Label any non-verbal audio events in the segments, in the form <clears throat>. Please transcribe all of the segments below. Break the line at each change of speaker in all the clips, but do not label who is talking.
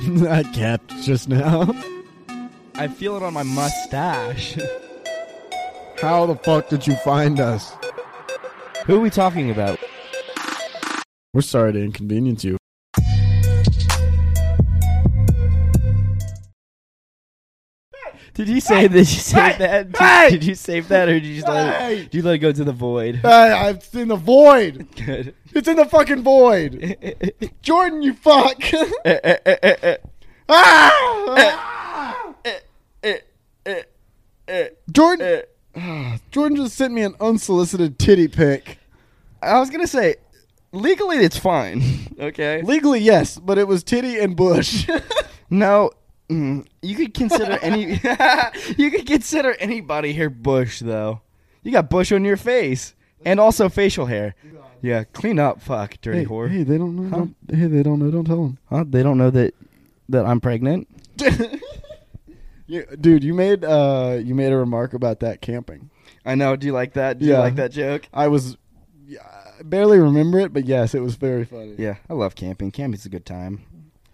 <laughs> that capped just now.
I feel it on my mustache. <laughs>
How the fuck did you find us?
Who are we talking about?
We're sorry to inconvenience you.
Did you save this? Did you save that? Did, did you save that, or did you just let it? Did you let it go to the void?
Hey, I'm in the void.
<laughs> Good.
It's in the fucking void. Jordan, you fuck. Ah! Jordan. <sighs> Jordan just sent me an unsolicited titty pic.
I was gonna say, legally it's fine. Okay.
Legally, yes, but it was titty and bush.
<laughs>
<laughs>
No, mm, you could consider any. <laughs> you could consider anybody here bush though. You got bush on your face and also facial hair. Yeah, clean up, fuck, dirty
hey,
whore.
hey, they don't know. Don't, hey, they don't know. Don't tell them.
Huh? They don't know that that I'm pregnant.
You- dude, you made uh, you made a remark about that camping.
I know. Do you like that? Do
Yeah.
you like that joke?
I was yeah, I barely remember it, but yes, it was very funny.
Yeah, I love camping. Camping's a good time.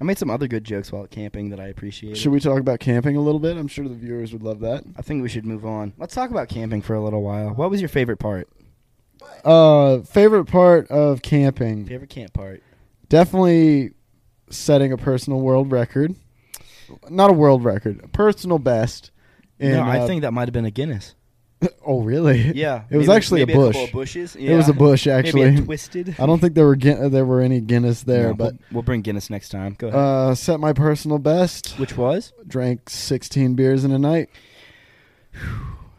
I made some other good jokes while camping that I appreciate.
Should we talk about camping a little bit? I'm sure the viewers would love that.
I think we should move on. Let's talk about camping for a little while. What was your favorite part?
Uh, favorite part of camping?
Favorite camp part?
Definitely setting a personal world record. Not a world record, a personal best. in,
no, I
uh,
think that might have been a Guinness.
<laughs> Oh, really?
Yeah,
It was
maybe-
actually a
maybe
bush.
couple of bushes.
It was a
Yeah.
bush,
<laughs> Maybe
actually.
a twisted.
I don't think there were Guin- there were any Guinness there,
<laughs> No,
but
we'll, we'll bring Guinness next time. Go ahead.
uh, set my personal best.
Which was?
drank 16 beers in a night.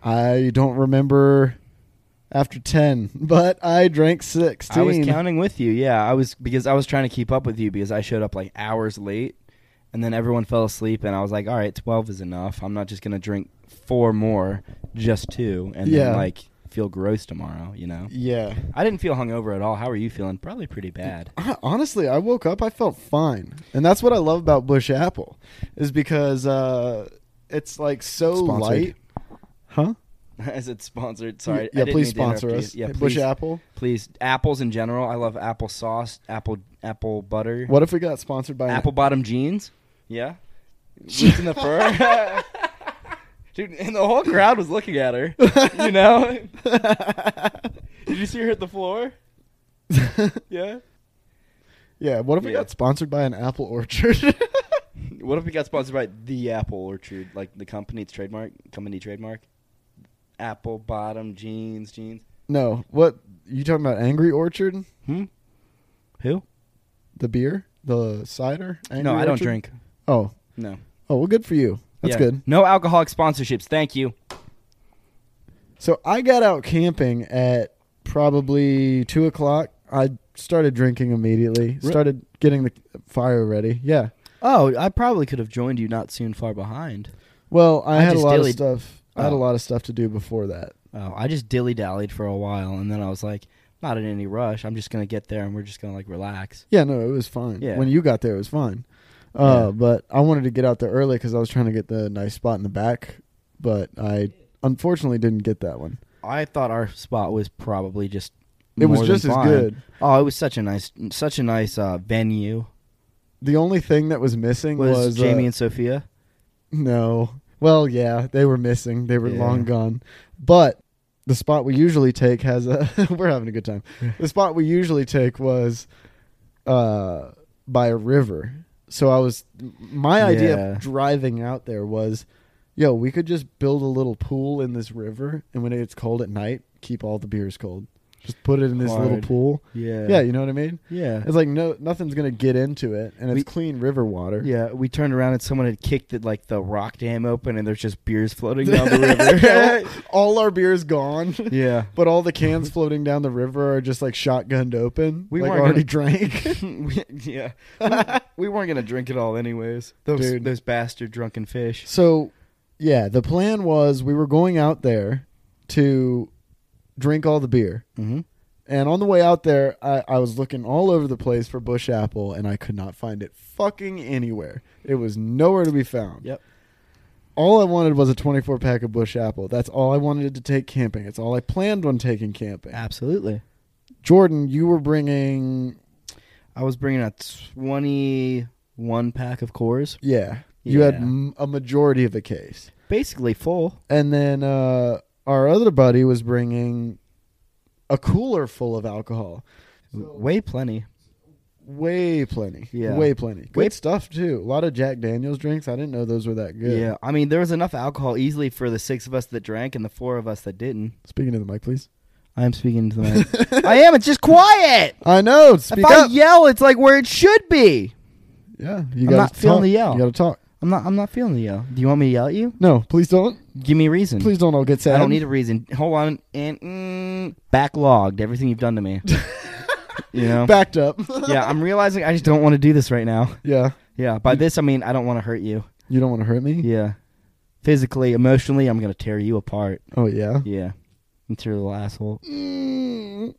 I don't remember after 10, <laughs> but I drank 16.
I was counting with you. Yeah, I was because I was trying to keep up with you because I showed up like hours late, and then everyone fell asleep, and I was like, all right, twelve is enough. I'm not just gonna drink four more, just two, and
Yeah.
then like feel gross tomorrow. You know.
Yeah.
I didn't feel hungover at all. How are you feeling? Probably pretty bad. <laughs>
I- honestly, I woke up, I felt fine. And that's what I love about Bush Apple is because uh, it's like so
Sponsored.
light. Huh?
Is it sponsored? Sorry. I
yeah,
didn't
please
mean to interrupt
sponsor
you.
us.
Yeah, please.
Bush Apple.
Please, apples in general. I love apple sauce, apple apple butter,
What if we got sponsored by an- <laughs>
apple <laughs> bottom jeans. Yeah, Roots in the fur. <laughs> Dude, and the whole crowd was looking at her. You know? Did you see her hit the floor? Yeah.
<laughs> yeah, what if we
Yeah.
got sponsored by an apple orchard? <laughs>
What if we got sponsored by the Apple Orchard, like the company, it's trademark, company trademark? Apple bottom jeans, jeans.
no. What you talking about Angry Orchard?
Hmm. Who?
The beer? The cider? Angry
no, I don't
Orchard?
drink.
Oh,
No.
Oh, well, good for you. That's
Yeah.
good.
No alcoholic sponsorships. Thank you.
So I got out camping at probably two o'clock. I started drinking immediately.
Re-
Started getting the fire ready. Yeah.
Oh, I probably could have joined you not soon far behind.
Well, I,
I
had a
just
lot
dillied-
of stuff. I had a
Oh.
lot of stuff to do before that.
Oh, I just dilly dallied for a while, and then I was like, not in any rush. I'm just gonna get there, and we're just gonna like relax.
Yeah, no, it was fine.
Yeah.
When you got there, it was fine. Uh,
Yeah.
But I wanted to get out there early because I was trying to get the nice spot in the back, but I unfortunately didn't get that one.
I thought our spot was probably just.
It was
more than
just as
fine.
good.
Oh, it was such a nice, such a nice uh, venue.
The only thing that was missing
Was,
was,
Jamie
uh,
and Sophia?
No. Well, yeah, they were missing. They were
Yeah.
long gone. But the spot we usually take has a. <laughs> we're having a good
<laughs>
time. The spot we usually take was uh, by a river. So I was. My idea
Yeah.
of driving out there was, yo, we could just build a little pool in this river, and when it gets cold at night, keep all the beers cold. Just put it in this little
Hard.
pool.
Yeah.
Yeah, you know what I mean.
Yeah.
It's like no, nothing's gonna get into it, and it's
We-
clean river water.
Yeah, we turned around and someone had kicked the, like the rock dam open, and there's just beers floating down the
<laughs>
river. <laughs>
all our beer's gone.
yeah,
<laughs> But all the cans floating down the river are just like shotgunned open.
We
We like,
weren't
already drank.
<laughs>
<laughs>
We- yeah, we, we weren't gonna drink it all anyways. Those
Dude.
those bastard drunken fish.
so, yeah, the plan was we were going out there to drink all the beer.
Mm-hmm.
And on the way out there, I, I was looking all over the place for Bush Apple and I could not find it fucking anywhere. It was nowhere to be found.
Yep.
All I wanted was a 24 pack of Bush Apple. That's all I wanted to take camping. It's all I planned on taking camping.
Ah. Absolutely.
Jordan, you were bringing
I was bringing a 20 one pack of cores,
Yeah. You had
Yeah.
m- a majority of the case.
basically full.
And then uh, our other buddy was bringing a cooler full of alcohol.
Way plenty.
Way plenty.
Yeah.
Way plenty. Good
Way-
stuff, too. A lot of Jack Daniels drinks. I didn't know those were that good.
Yeah, I mean there was enough alcohol easily for the six of us that drank and the four of us that didn't.
Speaking to the mic, please.
I am speaking to the <laughs>
<laughs>
I am. It's just quiet.
I know. Speak
if I
up.
yell, it's like where it should be.
yeah. You
I'm
gotta
not feeling
talk.
the yell.
You got to talk.
I'm not. I'm not feeling the yell. Do you want me to yell at you?
No, please don't.
Give me a reason.
Please don't. I'll get sad.
I don't need a reason. Hold on and mm, backlogged everything you've done to <laughs> me.
<laughs>
you know.
Backed up.
yeah, I'm realizing I just don't want to do this right now.
<laughs> yeah.
Yeah. By this I mean I don't want to hurt you.
You don't want to hurt me?
Yeah. Physically, emotionally, I'm gonna tear you apart.
Oh, yeah.
Yeah. Into your little asshole.
Mm.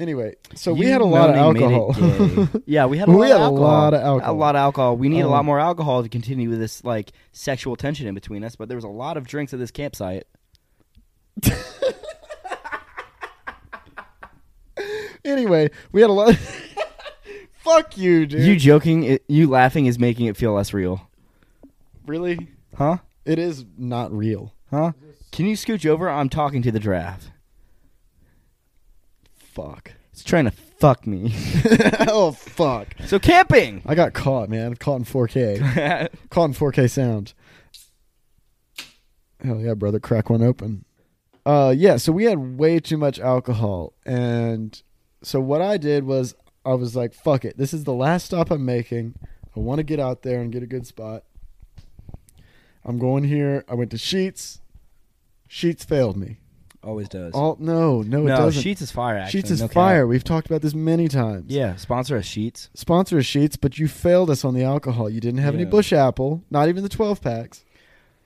Anyway, so we
You
had a lot of
only made it
alcohol.
gay. yeah, we had a
We
lot
had
of
a
alcohol.
lot of alcohol.
A lot of alcohol. We need a lot
Um,
more alcohol to continue with this like sexual tension in between us, but there was a lot of drinks at this campsite.
<laughs> anyway, we had a lot. <laughs> Fuck you, dude.
You joking, it, you laughing is making it feel less real.
really?
Huh?
It is not real.
Huh? Can you scooch over? I'm talking to the giraffe. <laughs>
Fuck. <laughs>
It's trying to fuck me.
oh fuck! <laughs>
so camping.
I got caught, man. Caught in
<laughs>
4K. caught in 4K sound. Hell yeah, brother! Crack one open. Uh, yeah. So we had way too much alcohol, and so what I did was I was like, "Fuck it! This is the last stop I'm making. I want to get out there and get a good spot. I'm going here. I went to Sheets. Sheets failed me.
Always does.
All no, Oh, no, it
no,
doesn't.
Sheets is fire. Actually.
Sheets is
No cap.
fire. We've talked about this many times.
Yeah, sponsor us Sheets.
Sponsor is Sheets, but you failed us on the alcohol. You didn't have any
Yeah.
Bush Apple, not even the 12 packs.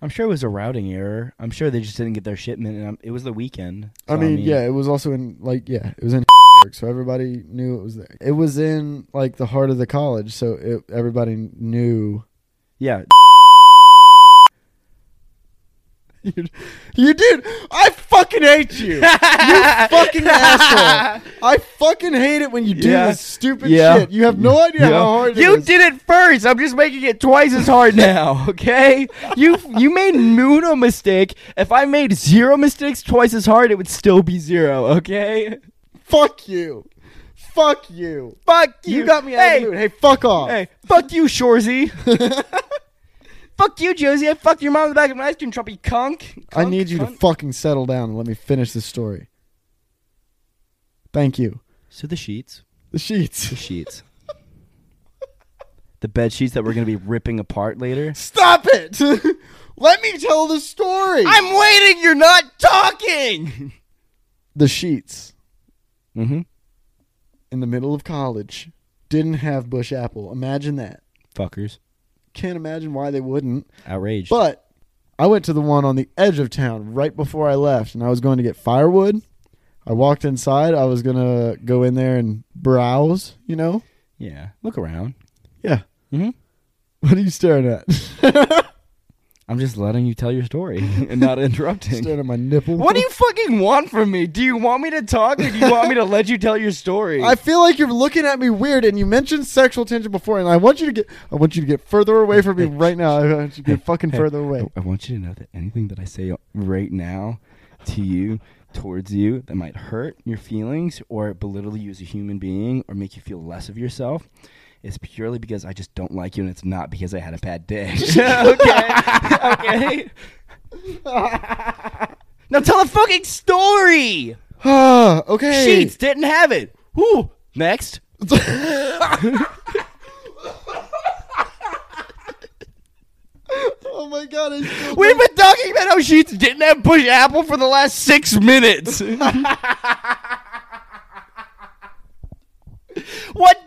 I'm sure it was a routing error. I'm sure they just didn't get their shipment, and um, it was the weekend.
I,
So,
mean, yeah, it was also in, like, yeah, it was in. <laughs> So everybody knew it was there. It was in like the heart of the college, so it, everybody knew. <laughs>
yeah.
you, you dude, I fucking hate <laughs>
<laughs>
you. fucking asshole. I fucking hate it when you do
Yeah.
this stupid
Yeah.
shit. You have no idea
Yeah.
how hard it
you
is.
did it first. I'm just making it twice as hard now. <laughs> Okay, you you made Nuno mistake. If I made zero mistakes twice as hard, it would still be zero. Okay,
Fuck you. Fuck you.
fuck you.
You got me out
hey,
of the mood. Hey, fuck off.
Hey, fuck you, Shorzy.
<laughs>
fuck you, Josie. I fucked your mom in the back of an ice cream truck. You conk.
I need you to fucking settle down and let me finish this story. Thank you.
so the sheets,
The sheets.
sheets, the bed sheets that we're gonna be ripping apart later.
Stop it! <laughs> let me tell the story.
I'm waiting. You're not talking.
the sheets
<laughs> mm-hmm.
in the middle of college didn't have bush apple. Imagine that.
Fuckers.
Can't imagine why they wouldn't.
Outraged.
But I went to the one on the edge of town right before I left, and I was going to get firewood. I walked inside. I was gonna go in there and browse. You know? <laughs>
yeah. Look around.
Yeah.
Mm-hmm.
What are you staring at? <laughs>
I'm just letting you tell your story <laughs> and not interrupting.
staring at my nipple. <laughs>
What do you fucking want from me? Do you want me to talk or do you want me to let you tell your story?
I feel like you're looking at me weird, and you mentioned sexual tension before, and I want you to get, I want you to get further away <laughs> from me right now. I want you to get fucking further away.
I want you to know that anything that I say right now to you, towards you, that might hurt your feelings or belittle you as a human being or make you feel less of yourself is purely because I just don't like you and it's not because I had a bad day. <laughs> okay. okay. <laughs> now tell the fucking story.
Ah, <sighs> okay.
Sheets didn't have it. Whoo. Next.
Oh my god, I still
We've been talking about how Sheets didn't have Bush Apple for the last six minutes. what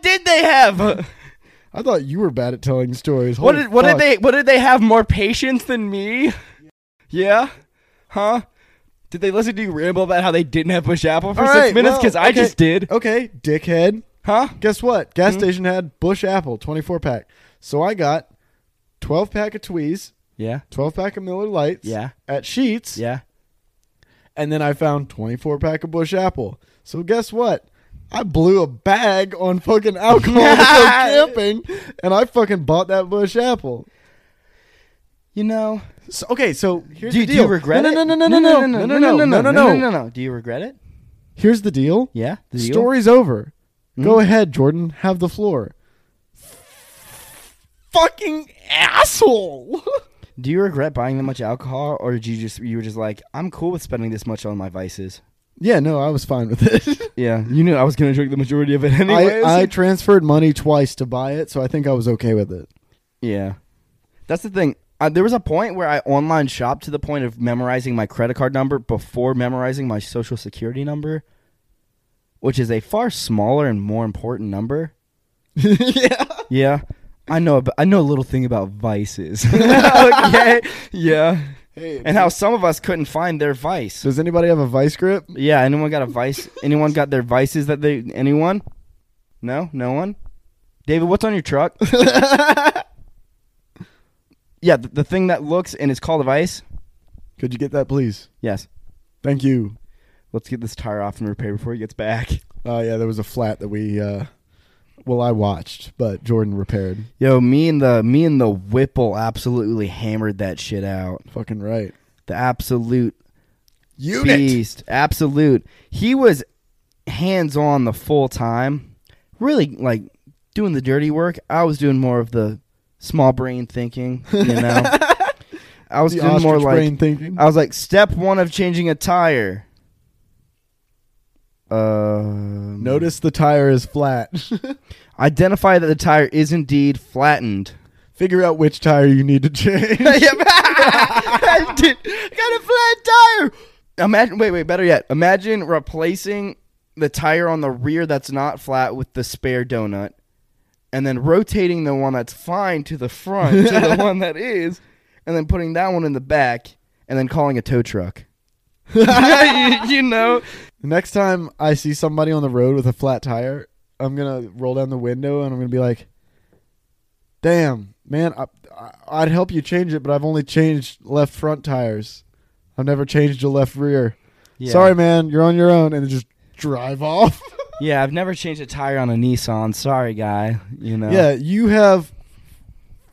did they have?
<laughs> I thought you were bad at telling stories.
What
Holy
did what
fuck.
did they what did they have more patience than me? Yeah? Huh? Did they listen to you ramble about how they didn't have Bush Apple for
All
six
right,
minutes?
well,
Because I
okay,
just did. Hmm?
Okay, dickhead.
Huh?
Guess what? Gas station had Bush Apple, twenty four pack. So I got twelve pack of Tweez,
Yeah.
twelve pack of Miller Lights.
Yeah.
At Sheets.
Yeah.
and then I found 24 pack of Bush Apple. So guess what? I blew a bag on fucking
<laughs>
alcohol to go camping, and I fucking bought that bush apple.
You know,
So, okay, so here's
do you,
the
do you
deal.
regret
no,
it?
No, no, no, no, no,
no, no, no, no, no, no, no, no. Do you regret it?
Here's the deal.
Yeah. The deal?
Story's over. Go
Mhm.
ahead, Jordan. Have the floor. Fucking asshole.
Do you regret buying that much alcohol, or did you just you were just like, I'm cool with spending this much on my vices?
<laughs> yeah, no, I was fine with it.
<laughs>
<laughs>
Yeah, you knew I was gonna drink the majority of it anyways.
I, I transferred money twice to buy it, so I think I was okay with it.
yeah, that's the thing. Uh, there was a point where I online shopped to the point of memorizing my credit card number before memorizing my social security number, which is a far smaller and more important number.
yeah.
<laughs> Yeah, I know. ab- I know a little thing about vices. <laughs> okay. Yeah,
Hey,
and how some of us couldn't find their vice.
does anybody have a vice grip?
Yeah, anyone got a vice? anyone got their vices that they anyone? No, no one. David, what's on your truck? yeah, the, the thing that looks and is called a vice.
Could you get that, please?
Yes.
Thank you.
Let's get this tire off and repair before he gets back.
Oh yeah, there was a flat that we. Uh, well, I watched, but Jordan repaired.
Yo, me and the me and the Whipple absolutely hammered that shit out.
Fucking right.
The absolute
Unit.
beast, absolute. He was hands on the full time, really like doing the dirty work. I was doing more of the small brain thinking,
<laughs>
you know. I was
The
doing more
ostrich
like
brain thinking.
I was like step one of changing a tire.
<laughs>
Um,
Notice the tire is flat. <laughs>
Identify that the tire is indeed flattened.
Figure out which tire you need to change. <laughs>
Yep. Dude, <laughs> got a flat tire. Imagine. Wait, wait. Better yet, imagine replacing the tire on the rear that's not flat with the spare donut, and then rotating the one that's fine to the front to <laughs> the one that is, and then putting that one in the back, and then calling a tow truck. <laughs> you, you know.
Next time I see somebody on the road with a flat tire, I'm gonna roll down the window and I'm gonna be like, "Damn, man, I, I, I'd help you change it, but I've only changed left front tires. I've never changed a left rear. Sorry, man, you're on your own." And just drive off.
<laughs> Yeah, I've never changed a tire on a Nissan. Sorry, guy. You know.
Yeah, you have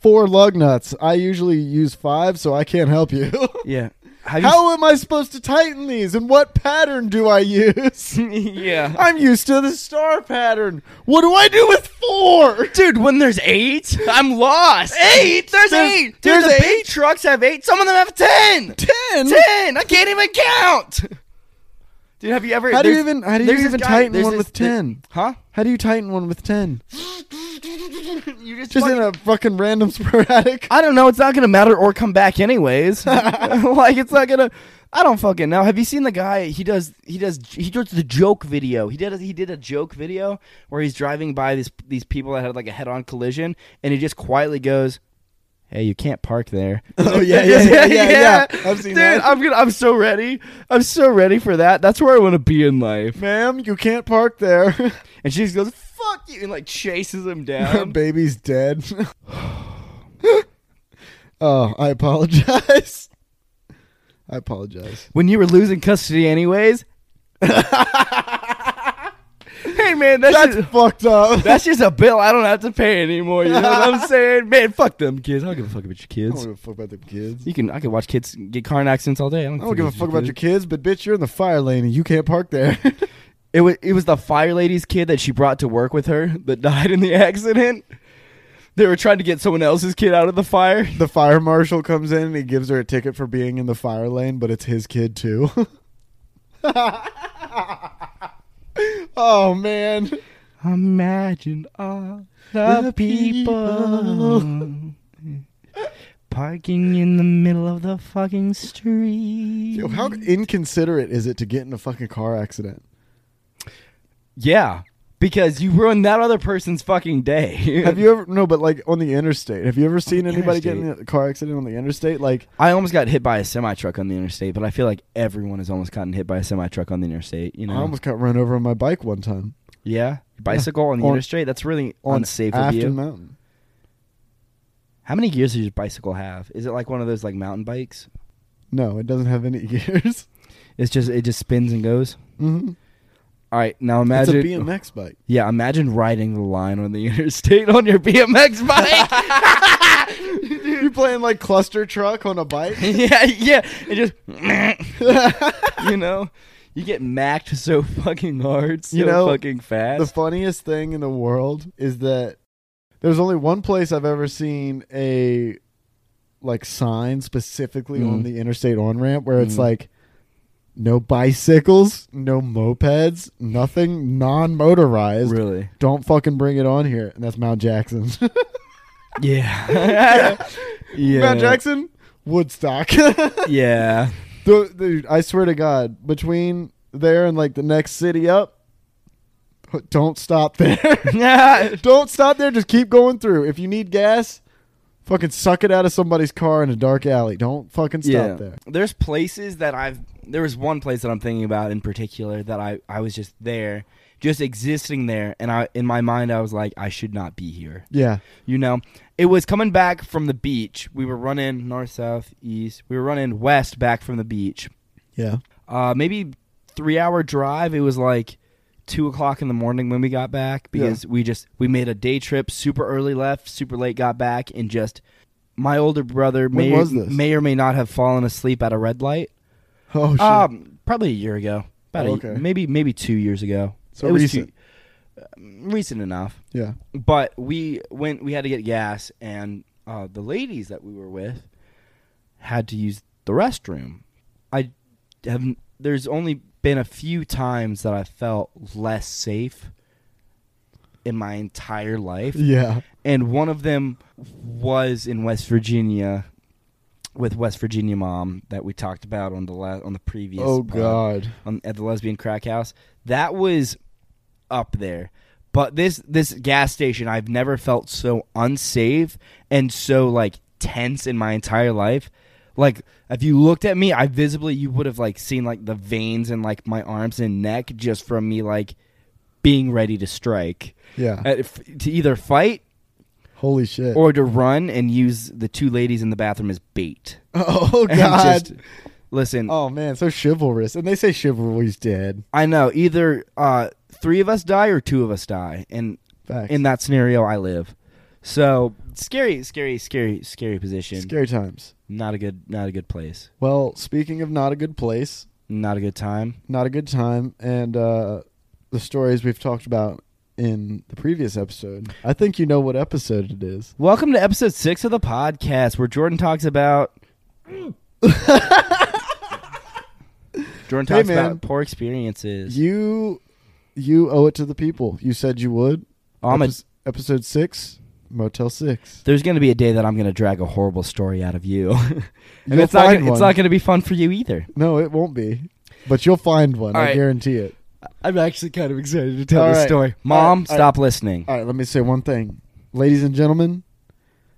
four lug nuts. I usually use five, so I can't help you. <laughs>
Yeah. Have
How am I supposed to tighten these? And what pattern do I use?
You <laughs> yeah.
<laughs> I'm used to the star pattern. What do I do with four? <laughs>
Dude, when there's eight, I'm lost. Eight? There's,
There's-
eight. Dude,
there's
the big
eight?
trucks have eight. Some of them have ten.
Ten.
Ten. I can't even count. Dude, have you ever?
How do you
there's-
even- how do you
there's this
even
guy-
tighten
there's
one
this-
with
thi-
10?
Huh?
How do you tighten one with ten?
you just.
Just
fucking-
in a fucking random <laughs> sporadic.
I don't know. It's not gonna matter or come back
<laughs>
anyways. <laughs> like it's not gonna. I don't fucking know. Have you seen the guy? He does. He does. He does the joke video. He did. A, he did a joke video where he's driving by these these people that had like a head on collision, and he just quietly goes, "Hey, you can't park there."
<laughs> Oh, yeah, yeah, yeah, yeah, yeah. I've seen
Dude,
that.
I'm gonna. I'm so ready. I'm so ready for that. That's where I want to be in life.
Ma'am, you can't park there. <laughs>
And she just goes, "Fuck you," and like chases him
Her <laughs>
down.
baby's dead. oh, I apologize. I apologize.
when you were losing custody anyways. hey man, that's
That's
just,
fucked up.
that's just a bill I don't have to pay anymore. You know what I'm saying? Man, fuck them kids. I don't give a fuck about your
I don't
kids.
give a fuck about the kids.
You can I can watch kids get car in accidents all day. I don't,
I don't give a fuck about your kids, but bitch, you're in the fire lane and you can't park there. <laughs>
It was it was the fire lady's kid that she brought to work with her that <laughs> died in the accident. They were trying to get someone else's kid out of the fire.
the fire marshal comes in and he gives her a ticket for being in the fire lane, but it's his kid too. <laughs> oh man.
Imagine all
The people.
parking in the middle of the fucking street.
Yo, how inconsiderate is it to get in a fucking car accident?
yeah, because you ruined that other person's fucking day. <laughs>
Have you ever no, but like on the interstate, have you ever seen anybody get in
interstate.
a car accident on the interstate? Like
I almost got hit by a semi truck on the interstate, but I feel like everyone has almost gotten hit by a semi truck on the interstate. You know,
I almost got run over on my bike one time
yeah, bicycle on the
On-
interstate. That's really
on
unsafe of
Afton
you.
Mountain.
How many gears does your bicycle have? Is it like one of those like mountain bikes?
No, it doesn't have any <laughs> gears.
It's just it just spins and goes.
hmm
All right, now
It's a
imagine.
BMX
<laughs>
bike. <laughs>
Yeah, imagine riding the line on the <laughs> interstate on your <laughs> BMX bike.
You're playing like cluster truck on a bike.
<laughs> yeah, yeah, and just you know, you get macked so fucking hard, so
You know,
fucking fast.
the funniest thing in the world is that there's only one place I've ever seen a like sign specifically
Mhm.
on the interstate on ramp where it's
Mhm.
like no bicycles, no mopeds, nothing non motorized.
really?
<laughs> Don't fucking bring it on here. And that's Mount Jackson.
<laughs>
<laughs>
Yeah. yeah.
Mount Jackson, Woodstock. <laughs> the, <laughs>
Yeah. <laughs>
dude, I swear to God, between there and like the next city up, <laughs> don't stop
<laughs>
there. <laughs> Don't stop there. Just keep going through. If you need gas, fucking suck it out of somebody's car in a dark alley. Don't fucking stop
yeah.
there.
There's places that I've there was one place that I'm thinking about in particular that I I was just there, just existing there and I in my mind I was like I should not be here.
Yeah.
You know, it was coming back from the beach. We were running north, south, east. We were running west back from the beach.
Yeah.
Uh, maybe three hour drive. It was like two o'clock in the morning when we got back because we just we made a day trip. Super early left, super late got back, and just my older brother
When
may
was this?
may or may not have fallen asleep at a red light.
Oh shit.
Um, probably a year ago. About
Oh,
a-
okay.
maybe maybe two years ago.
So
It was
recent.
two- uh, recent enough
yeah.
but we went we had to get gas and uh, the ladies that we were with had to use the restroom i have there's only been a few times that i felt less safe in my entire life
Yeah.
and one of them was in west virginia with west virginia mom that we talked about on the la- on the previous
Oh
pod
god.
on, at the lesbian crack house. That was up there. But this this gas station, I've never felt so unsafe and so like tense in my entire life. Like if you looked at me, I visibly you would have like seen like the veins in like my arms and neck just from me like being ready to strike
Yeah.
Uh, if- to either fight
Holy shit.
or to run and use the two ladies in the bathroom as bait.
<laughs> oh god.
<laughs> And just- listen,
oh man. So chivalrous. And they say chivalry's dead.
I know either uh, three of us die or two of us die, and
Facts.
in that scenario, I live. So scary, scary, scary, scary position.
Scary times.
Not a good, not a good place.
Well, speaking of not a good place,
Not a good time.
not a good time, and uh, the stories we've talked about in the previous episode. I think you know what episode it is.
Welcome to episode six of the podcast, where Jordan
<laughs>
talks about. Jordan
Hey,
talks
man.
about poor experiences.
You you owe it to the people. You said you would.
Oh, I'm a-
Epis- episode six, Motel Six.
There's going to be a day that I'm going to drag a horrible story out of you, <laughs> and
You'll
it's not
find
gonna,
one.
it's not going to be fun for you either.
No, it won't be. But you'll find one.
All
I
right.
guarantee it.
I'm actually kind of excited to tell
All
this
right.
story.
All right.
Mom,
All right.
stop listening.
All right, let me say one thing, ladies and gentlemen.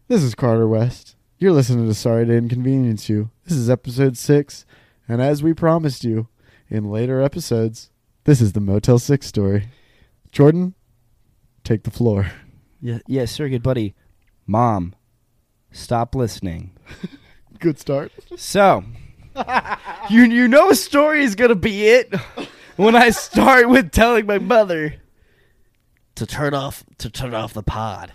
This is Carter West. You're listening to Sorry to Inconvenience You. This is episode six, and as we promised you in later episodes, this is the Motel Six story. Jordan, take the floor.
Yes, yes, sir, good buddy. Mom, stop listening.
<laughs> Good <laughs> start.
So, you you know a story is gonna be it when I start with telling my mother to turn off to turn off the pod.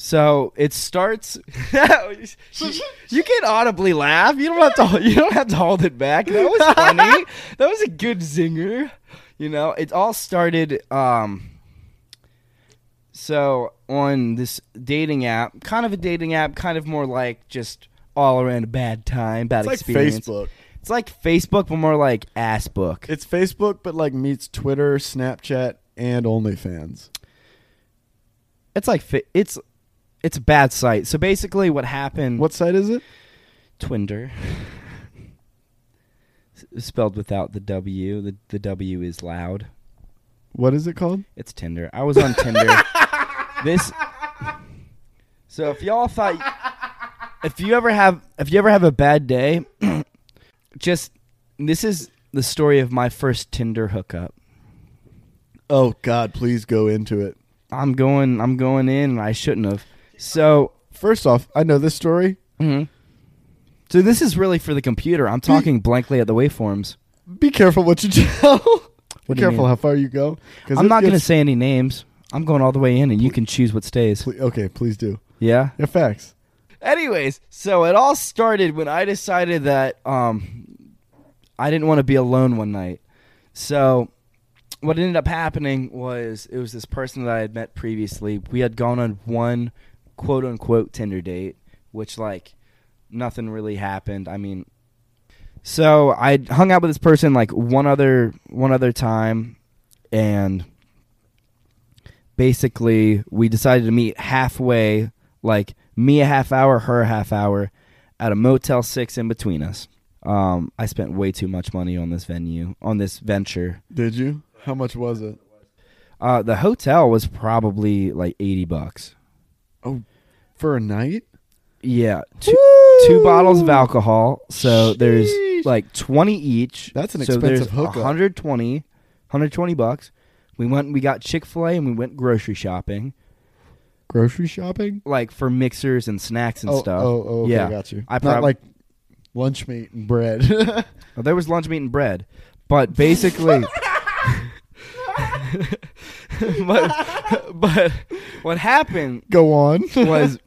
So it starts. <laughs> you can audibly laugh. You don't have to. You don't have to hold it back. That was funny. that was a good zinger. You know, it all started. Um, so on this dating app, kind of a dating app, kind of more like just all around a bad time, bad experience. It's like Facebook, but more like ass book.
It's Facebook, but like meets Twitter, Snapchat, and OnlyFans.
It's like fa- it's it's a bad site. So basically, what happened?
What site is it?
Twinder? S- Spelled without the W. The the W is loud.
What is it called?
It's Tinder. I was on Tinder. This. So if y'all thought, if you ever have, if you ever have a bad day, <clears throat> just this is the story of my first Tinder hookup.
Oh God, please go into it.
I'm going, I'm going in, and I shouldn't have. So
First off, I know this story Mm-hmm.
Mhm. So
Hmm.
this is really for the computer. I'm talking blankly at the waveforms.
Be careful what you tell. <laughs> Be
What do you
careful
mean?
how far you go. 'cause
I'm
it
not going to
gets-
say any names. I'm going all the way in, and you can choose what stays.
Ple- okay, please do.
Yeah.
Yeah, facts.
Anyways, so it all started when I decided that um, I didn't want to be alone one night. So what ended up happening was it was this person that I had met previously. We had gone on one quote unquote Tinder date, which like nothing really happened. I mean, so I hung out with this person like one other one other time, and basically we decided to meet halfway, like me a half hour, her a half hour, at a Motel Six in between us. Um, I spent way too much money on this venue, on this venture.
Did you? How much was it?
Uh, the hotel was probably like eighty bucks.
For a night?
Yeah, two, two bottles of alcohol. So
Sheesh.
there's like twenty each.
That's an
so
expensive
there's
hookup.
120, 120 bucks. We went and we got Chick Fil A and we went grocery shopping,
Grocery shopping?
like for mixers and snacks and
oh,
stuff.
Oh, oh, okay,
yeah.
got you.
I
Not
prob-
like lunch meat and bread. <laughs>
Well, there was lunch meat and bread, but basically, <laughs> but but what happened
go on.
was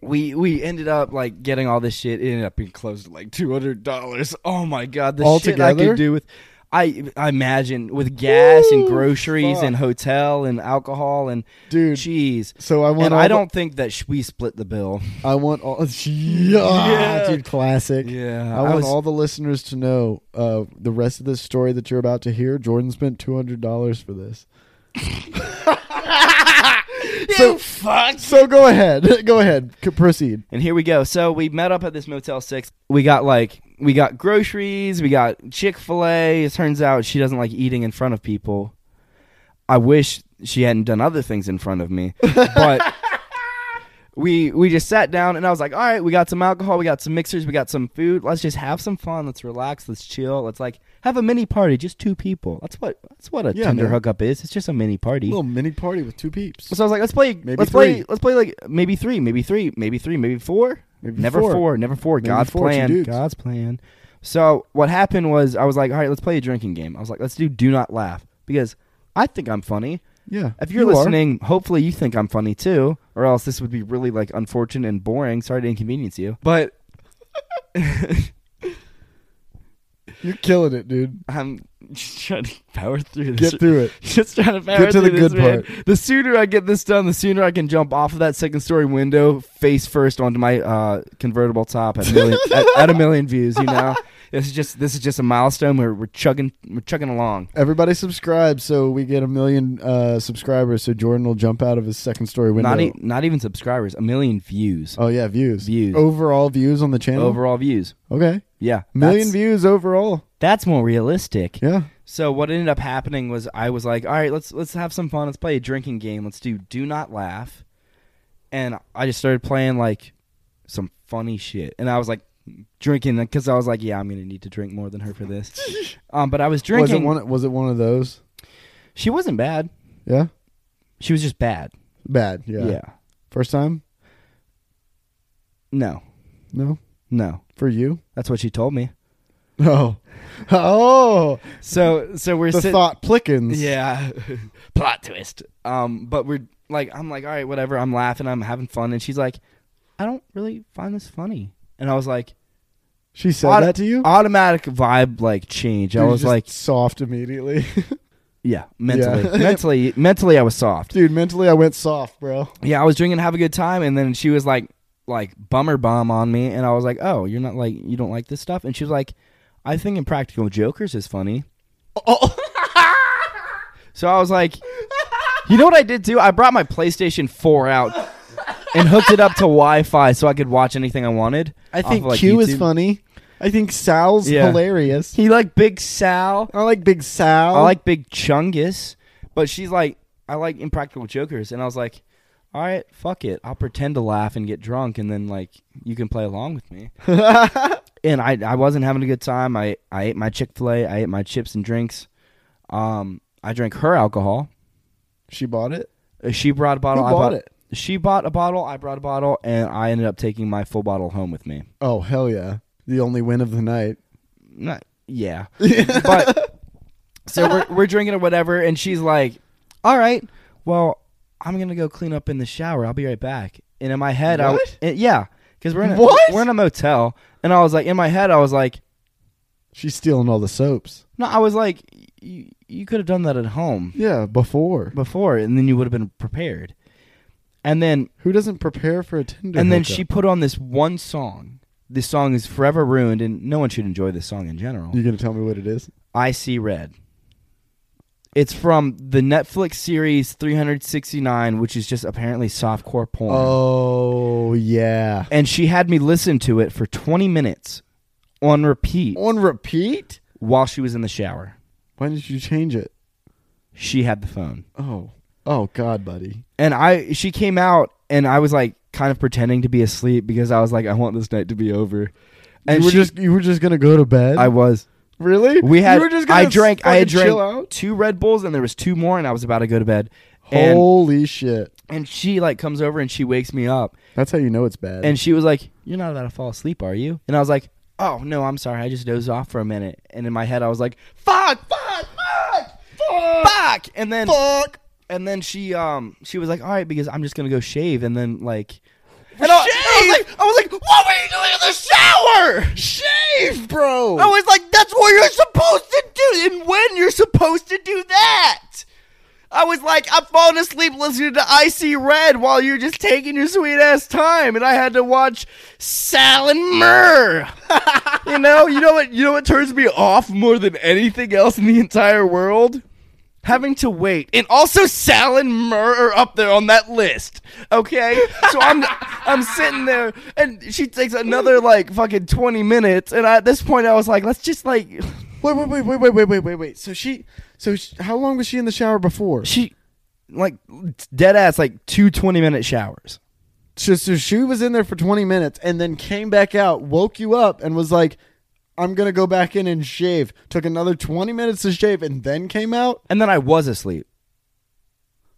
we we ended up like getting all this shit. It ended up being close to like two hundred dollars. Oh my god, the shit I
Altogether?
could do with. I, I imagine with gas and
Woo,
groceries
fuck.
and hotel and alcohol and
<laughs> Dude.
cheese.
so I want
And
all
I
the-
don't think that sh- we split
<laughs>
the bill.
I want all yeah,
Yeah.
dude classic.
Yeah,
I want all the listeners to know uh, the rest of this story that you're about to hear. Jordan spent two hundred dollars for <laughs> this. so, So go ahead, <laughs> go ahead, C- proceed.
And here we go. So we met up at this Motel 6. We got like we got groceries, we got Chick-fil-A. It turns out she doesn't like eating in front of people. I wish she hadn't done other things in front of me.
<laughs>
But we we just sat down and I was like, "All right, we got some alcohol, we got some mixers, we got some food. Let's just have some fun. Let's relax, let's chill. Let's like have a mini party, just two people. That's what that's what a
Yeah,
Tinder
man.
hookup is. It's just a mini party.
little mini party with two peeps.
So I was like, let's play,
Maybe
let's
three.
play, let's play like maybe three, maybe three, maybe three, maybe four,
Maybe
never
four.
four, never four.
Maybe
God's
four, two
plan,
dudes.
God's plan. So what happened was I was like, all right, let's play a drinking game. I was like, let's do do not laugh because I think I'm funny.
Yeah,
If you're
you are.
listening, hopefully you think I'm funny too, or else this would be really like unfortunate and boring. Sorry to inconvenience you, but
you're killing it, dude.
I'm <laughs> just trying to power through this.
Get through it.
<laughs> Just trying to power
Get to
through
the
this,
good
man. The sooner I get this done, the sooner I can jump off of that second story window face first onto my uh, convertible top at a, million,
<laughs>
at, at a million views. You know, this is just this is just a milestone where we're chugging we're chugging along.
Everybody subscribe so we get a million uh, subscribers. So Jordan will jump out of his second story window.
Not e- not even subscribers, a million views,
oh yeah, views.
Views.
Overall views on the channel.
overall views.
okay,
Yeah,
million
that's-
views overall.
That's more realistic.
Yeah.
So what ended up happening was I was like, all right, let's let's have some fun. Let's play a drinking game. Let's do do not laugh. And I just started playing like some funny shit. And I was like drinking because I was like, yeah, I'm gonna need to drink more than her for
<laughs>
this. um, but I was drinking.
Was it one? Was it one of those?
she wasn't bad.
Yeah.
She was just bad.
Bad.
Yeah.
Yeah. First time?
No.
No.
No.
For
<laughs>
you?
That's what she told me.
Oh. Oh.
So so we're
The
sit-
thought plickens.
Yeah. <laughs> Plot twist. Um, but we're like, I'm like, all right, whatever. I'm laughing. I'm having fun. And she's like, I don't really find this funny. And I was like,
She said
Auto-
that to you.
automatic vibe like change.
Dude,
I
you
was
just
<laughs> like,
soft immediately, <laughs>
yeah, mentally,
Yeah. <laughs>
mentally, mentally, I was soft.
dude. Mentally, I went soft, bro.
Yeah, I was drinking, have a good time, and then she was like, like bummer bomb on me, and I was like, oh, you're not like you don't like this stuff, and she was like, I think Impractical Jokers is funny.
Oh.
So I was like, you know what I did too? I brought my PlayStation 4 out and hooked it up to Wi-Fi so I could watch anything I wanted.
I think
off of, like,
Q is
YouTube.
funny. I think Sal's
Yeah.
hilarious.
He like Big Sal.
I like Big Sal.
I like Big Chungus, but she's like, I like Impractical Jokers, and I was like, all right, fuck it, I'll pretend to laugh and get drunk, and then like you can play along with me. and I, I wasn't having a good time. I, I ate my Chick Fil A, I ate my chips and drinks. Um, I drank her alcohol.
<laughs> She bought it.
Uh, She brought a bottle.
Who
I
bought
bought
it?
She bought a bottle. I brought a bottle, and I ended up taking my full bottle home with me.
Oh <laughs> hell yeah! The only win of the night.
Not, yeah, but so we're we're drinking or whatever, and she's like, "All right, well, I'm gonna go clean up in the shower. I'll be right back." And in my head,
What?
I it, yeah, because we're in a,
What?
we're in a motel, and I was like, in my head, I was like,
She's stealing all the soaps.
no, I was like, y- you could have done that at home
Yeah, before.
before, and then you would have been prepared. And then
Who doesn't prepare for a Tinder?
and then
hookup?
she put on this one song. This song is forever ruined, and no one should enjoy this song in general.
You gonna tell me what it is?
I See Red. It's from the Netflix series 369, which is just apparently softcore porn.
Oh yeah.
And she had me listen to it for 20 minutes on repeat
On repeat?
while she was in the shower.
Why didn't you change it?
She had the phone.
Oh. Oh God, buddy.
And I she came out and I was like kind of pretending to be asleep because I was like I want this night to be over. And
you were
she-
just you were just gonna go to bed.
I was
really.
we had
You were just gonna
I drank I had
fucking
drank
chill out?
two Red Bulls and there was two more and I was about to go to bed. And
Holy shit!
and she like comes over and she wakes me up
That's how you know it's bad.
and she was like you're not about to fall asleep are you and i was like oh no i'm sorry i just dozed off for a minute and in my head i was like fuck fuck fuck fuck, fuck! and then fuck and then she um she was like all right because i'm just gonna go shave and then like and I, I was like, I was like, what were you doing in the shower? Shave,
bro.
I was like, that's what you're supposed to do, and when you're supposed to do that. I was like, I'm falling asleep listening to Icy Red while you're just taking your sweet ass time, and I had to watch Sal and Murr. <laughs> you know, you know what, you know what turns me off more than anything else in the entire world? Having to wait, and also Sal and Murr are up there on that list. Okay, so I'm I'm sitting there, and she takes another like fucking twenty minutes, and I, at this point I was like, let's just like
wait, wait, wait, wait, wait, wait, wait, wait, wait. So she, so sh how long was she in the shower before?
she like dead ass like two 20 minute showers
So, so she was in there for 20 minutes and then came back out, woke you up, and was like, I'm going to go back in and shave. Took another 20 minutes to shave and then came out.
and then i was asleep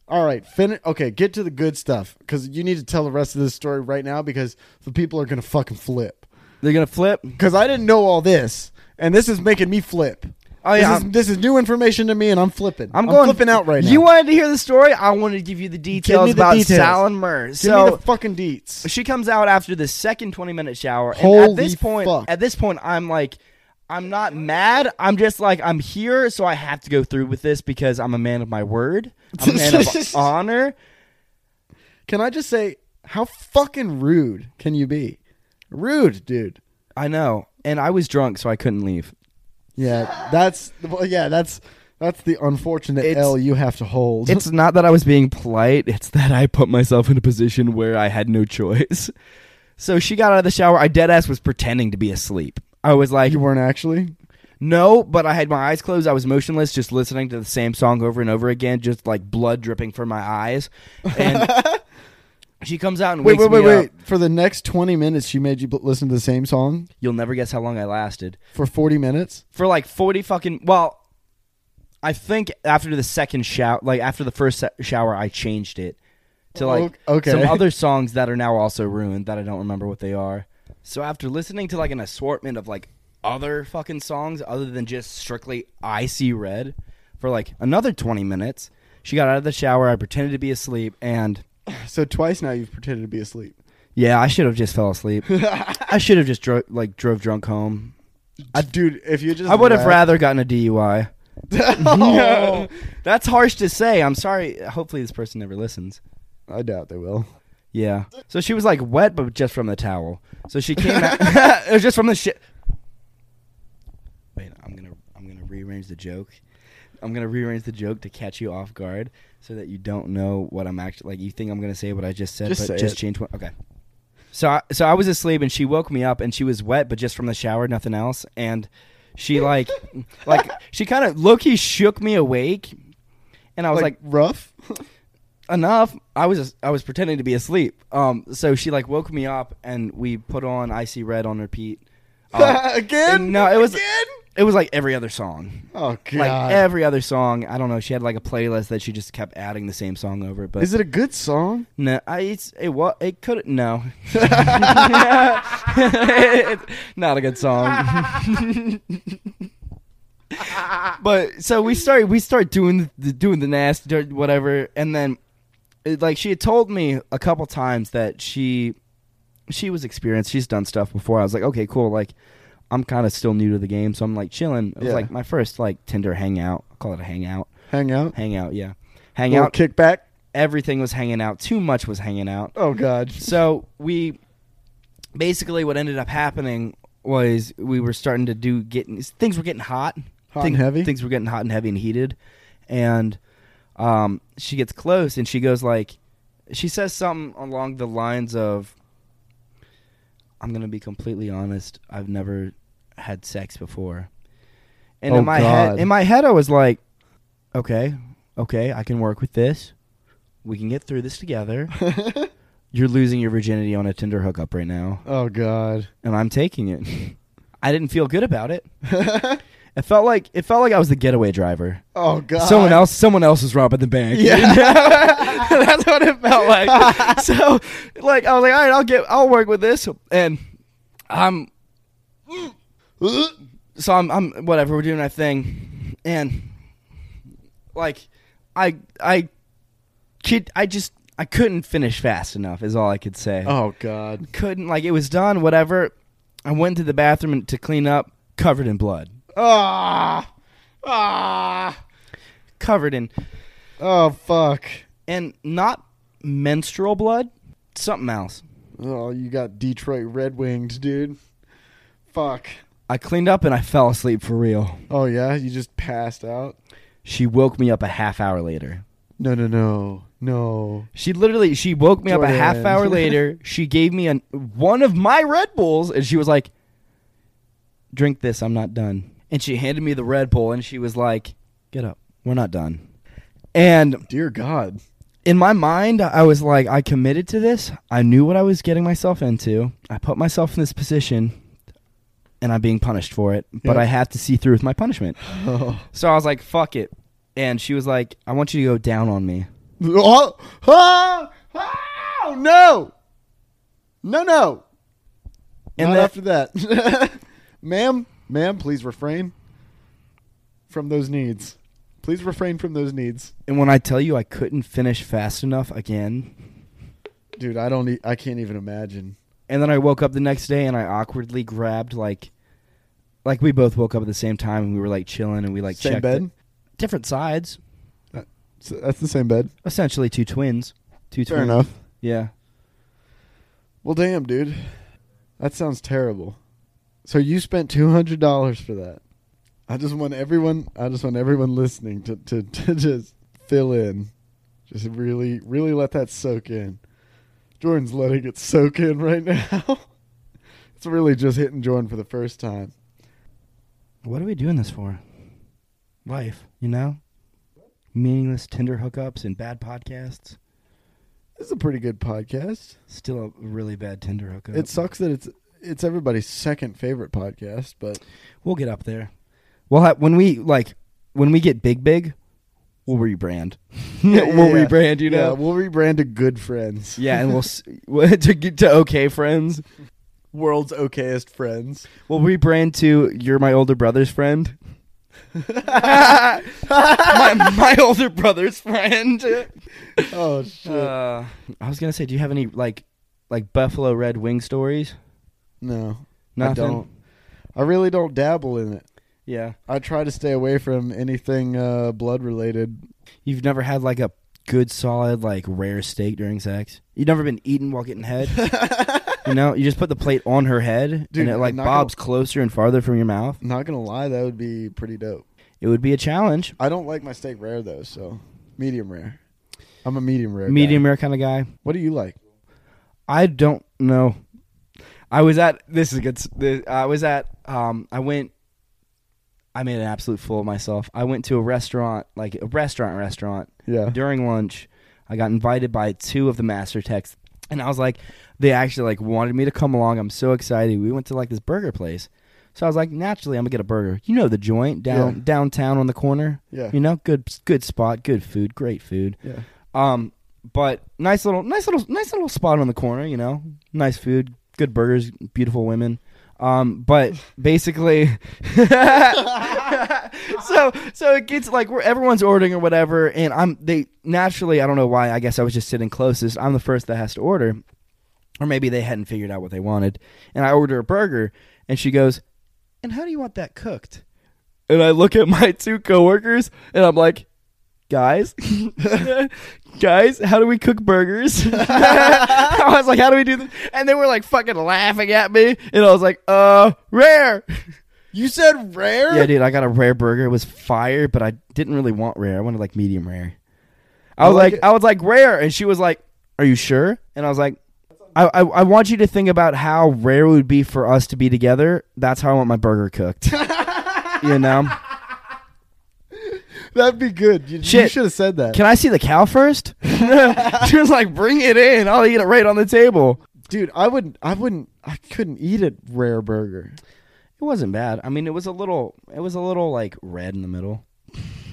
All right, finish. Okay, get to the good stuff because you need to tell the rest of this story right now because the people are going to fucking flip.
they're gonna flip
Because I didn't know all this, and this is making me flip.
Oh,
this,
yeah,
is,
I'm-
this is new information to me, and I'm flipping.
i'm going
flipping out right now.
you wanted to hear the story i wanted to give you the details
the
about
details.
sal and murr
Give
so
me the fucking deets.
she comes out after the second 20 minute shower and
Holy
at this point
fuck.
at this point i'm like i'm not mad i'm just like i'm here so i have to go through with this because i'm a man of my word i'm a man <laughs> of honor
Can I just say how fucking rude can you be? Rude, dude.
i know and i was drunk so i couldn't leave
Yeah, that's well, yeah, that's that's the unfortunate
It's-
L you have to hold.
<laughs> It's not that I was being polite, it's that I put myself in a position where I had no choice. So she got out of the shower. I dead ass was pretending to be asleep. I was
<laughs>
like,
you weren't actually.
no, but I had my eyes closed. I was motionless, just listening to the same song over and over again, just like blood dripping from my eyes.
<laughs>
And she comes out and
Wait, wait,
wakes
wait,
me
wait.
up.
For the next twenty minutes, she made you bl- listen to the same song
You'll never guess how long I lasted.
for forty minutes.
for like 40 fucking well i think after the second shower like after the first se- shower i changed it to like
O- okay.
some other songs that are now also ruined that i don't remember what they are so after listening to like an assortment of like other fucking songs other than just strictly i see red for like another 20 minutes she got out of the shower i pretended to be asleep and
So twice now you've pretended to be asleep.
yeah i should have just fell asleep i should have just drove like drove drunk home
dude, if you just
i would have
laughed-
rather gotten a dui
<laughs> No.
<laughs> That's harsh to say. I'm sorry. Hopefully, this person never listens.
I doubt they will.
Yeah. So she was like wet, but just from the towel. So she came
<laughs>
out. <laughs> it was just from the shit. Wait, I'm gonna I'm gonna rearrange the joke. I'm gonna rearrange the joke to catch you off guard, so that you don't know what I'm actually like. You think I'm gonna say what I just said,
Just
but
say
just
it.
change one. Okay. So I, so I was asleep, and she woke me up, and she was wet, but just from the shower, nothing else. And she like like she kind of low key shook me awake, and I was like <laughs>
rough.
enough. I was I was pretending to be asleep. Um, so she like woke me up and we put on "Icy Red" on repeat.
<laughs>
Uh,
Again?
No, it was
Again?
it was like every other song,
Oh god.
like every other song. I don't know. She had like a playlist that she just kept adding the same song over. But
Is it a good song?
no, I, it's it what it could no. it's not a good song. but so we started we start doing the doing the nasty dirt, whatever and then it, like she had told me a couple times that she she was experienced she's done stuff before i was like okay cool like i'm kind of still new to the game so i'm like chilling it was
Yeah.
like my first like tinder hangout i call it a hangout
Hang out.
hangout yeah
Little
hangout
kickback.
everything was hanging out too much was hanging out
Oh God.
so we basically what ended up happening was we were starting to do getting things were getting hot,
Hot and heavy?
Things were getting hot and heavy and heated, and um, she gets close and she goes like, she says something along the lines of, "I'm gonna be completely honest, I've never had sex before," and
Oh,
in my
God.
head, in my head, I was like, "Okay, okay, I can work with this. We can get through this together." You're losing your virginity on a Tinder hookup right now
<laughs> oh God. <laughs>
and I'm taking it. I didn't feel good about it. It felt like it felt like I was the getaway driver.
oh God.
Someone else, someone else is robbing the bank.
Yeah.
You know? <laughs> that's what it felt
<laughs>
like. so, like I was like, all right, I'll get, I'll work with this, and I'm, so I'm, I'm whatever. We're doing our thing, and like, I, I, kid, I just, I couldn't finish fast enough. Is all I could say
<gasps> Oh God.
couldn't like it was done whatever i went to the bathroom and- to clean up covered in blood
Ah. Ah.
covered in
Oh fuck.
and not menstrual blood something else
Oh, you got Detroit Red Winged, dude. Fuck.
i cleaned up and i fell asleep for real
Oh yeah, you just passed out.
she woke me up a half hour later
No, no, no, no.
she literally she woke me up a half
Jordan.
hour later she gave me an, one of my red bulls and she was like drink this i'm not done and she handed me the red bull and she was like get up we're not done and
Dear God. <laughs>
in my mind, I was like, I committed to this. I knew what I was getting myself into. I put myself in this position, and I'm being punished for it. But
Yeah.
I had to see through with my punishment.
Oh. <laughs>
So I was like, fuck it. And she was like, I want you to go down on me.
Oh, oh, oh, no. No, no.
And
Not
that-
after that. <laughs> ma'am, ma'am, please refrain from those needs. Please refrain from those needs.
And when I tell you I couldn't finish fast enough again,
Dude, I don't e- I can't even imagine.
and then I woke up the next day and I awkwardly grabbed like, like we both woke up at the same time and we were like chilling and we like
same
checked
bed?
it. different sides,
S- That's the same bed.
essentially two twins, two
Fair
twins.
enough.
Yeah.
Well, damn, dude. That sounds terrible. So you spent $200 for that. I just want everyone I just want everyone listening to to, <laughs> to just fill in. Just really really let that soak in. Jordan's letting it soak in right <laughs> now. it's really just hitting Jordan for the first time.
What are we doing this for? Life, you know? Meaningless Tinder hookups and bad podcasts.
This is a pretty good podcast.
Still a really bad Tinder hookup.
It sucks that it's it's everybody's second favorite podcast, but
we'll get up there. We'll have when we like when we get big big, we'll rebrand. <laughs> we'll
yeah.
rebrand, you
yeah,
know.
we'll rebrand to Good Friends.
Yeah, and we'll s- <laughs> we'll- to get to okay friends.
<laughs> World's okayest friends.
We'll rebrand to you're my older brother's friend.
<laughs> Oh,
my, my older brother's friend.
Oh shit.
Uh, I was gonna say, do you have any like like Buffalo Red Wing stories?
no.
Nothing.
I don't. I really don't dabble in it.
Yeah,
I try to stay away from anything uh, blood
<laughs>
related.
you've never had like a good, solid, like rare steak during sex. You've never been eaten while getting <laughs> head. you know, you just put the plate on her head,
Dude,
and it like
I'm not
bobs closer and farther from your mouth.
Not gonna lie, that would be pretty dope.
It would be a challenge.
I don't like my steak rare though, so medium rare. I'm a medium rare. guy.
Medium rare kind of guy.
What do you like?
I don't know. I was at this is good. s- this- I was at um. I went. I made an absolute fool of myself. I went to a restaurant, like a restaurant, restaurant,
Yeah.
during lunch i got invited by two of the master techs and i was like they actually like wanted me to come along i'm so excited we went to like this burger place so i was like naturally i'm gonna get a burger you know the joint down
Yeah.
downtown on the corner
Yeah.
you know good good spot good food great food
Yeah.
um but nice little nice little nice little spot on the corner you know nice food good burgers beautiful women Um, but basically, <laughs> so so it gets like where everyone's ordering or whatever, and I'm they naturally I don't know why I guess I was just sitting closest. I'm the first that has to order, or maybe they hadn't figured out what they wanted, and I order a burger, and she goes, "And how do you want that cooked?" And I look at my two coworkers, and I'm like, guys, <laughs> guys, how do we cook burgers? <laughs> I was like, how do we do this? And they were like fucking laughing at me, and I was like, uh, rare.
You said rare?
Yeah, dude, I got a rare burger. It was fire, but I didn't really want rare. I wanted like medium rare. I
I
was
like
like,
it.
I was like rare, and she was like, "Are you sure?" And I was like, I, "I I want you to think about how rare it would be for us to be together. That's how I want my burger cooked." you know?
That'd be good. You,
Shit.
should have said that.
Can I see the cow first? <laughs> she was like, "Bring it in. I'll eat it right on the table."
Dude, I wouldn't I wouldn't I couldn't eat a rare burger.
It wasn't bad. I mean, it was a little. It was a little like red in the middle,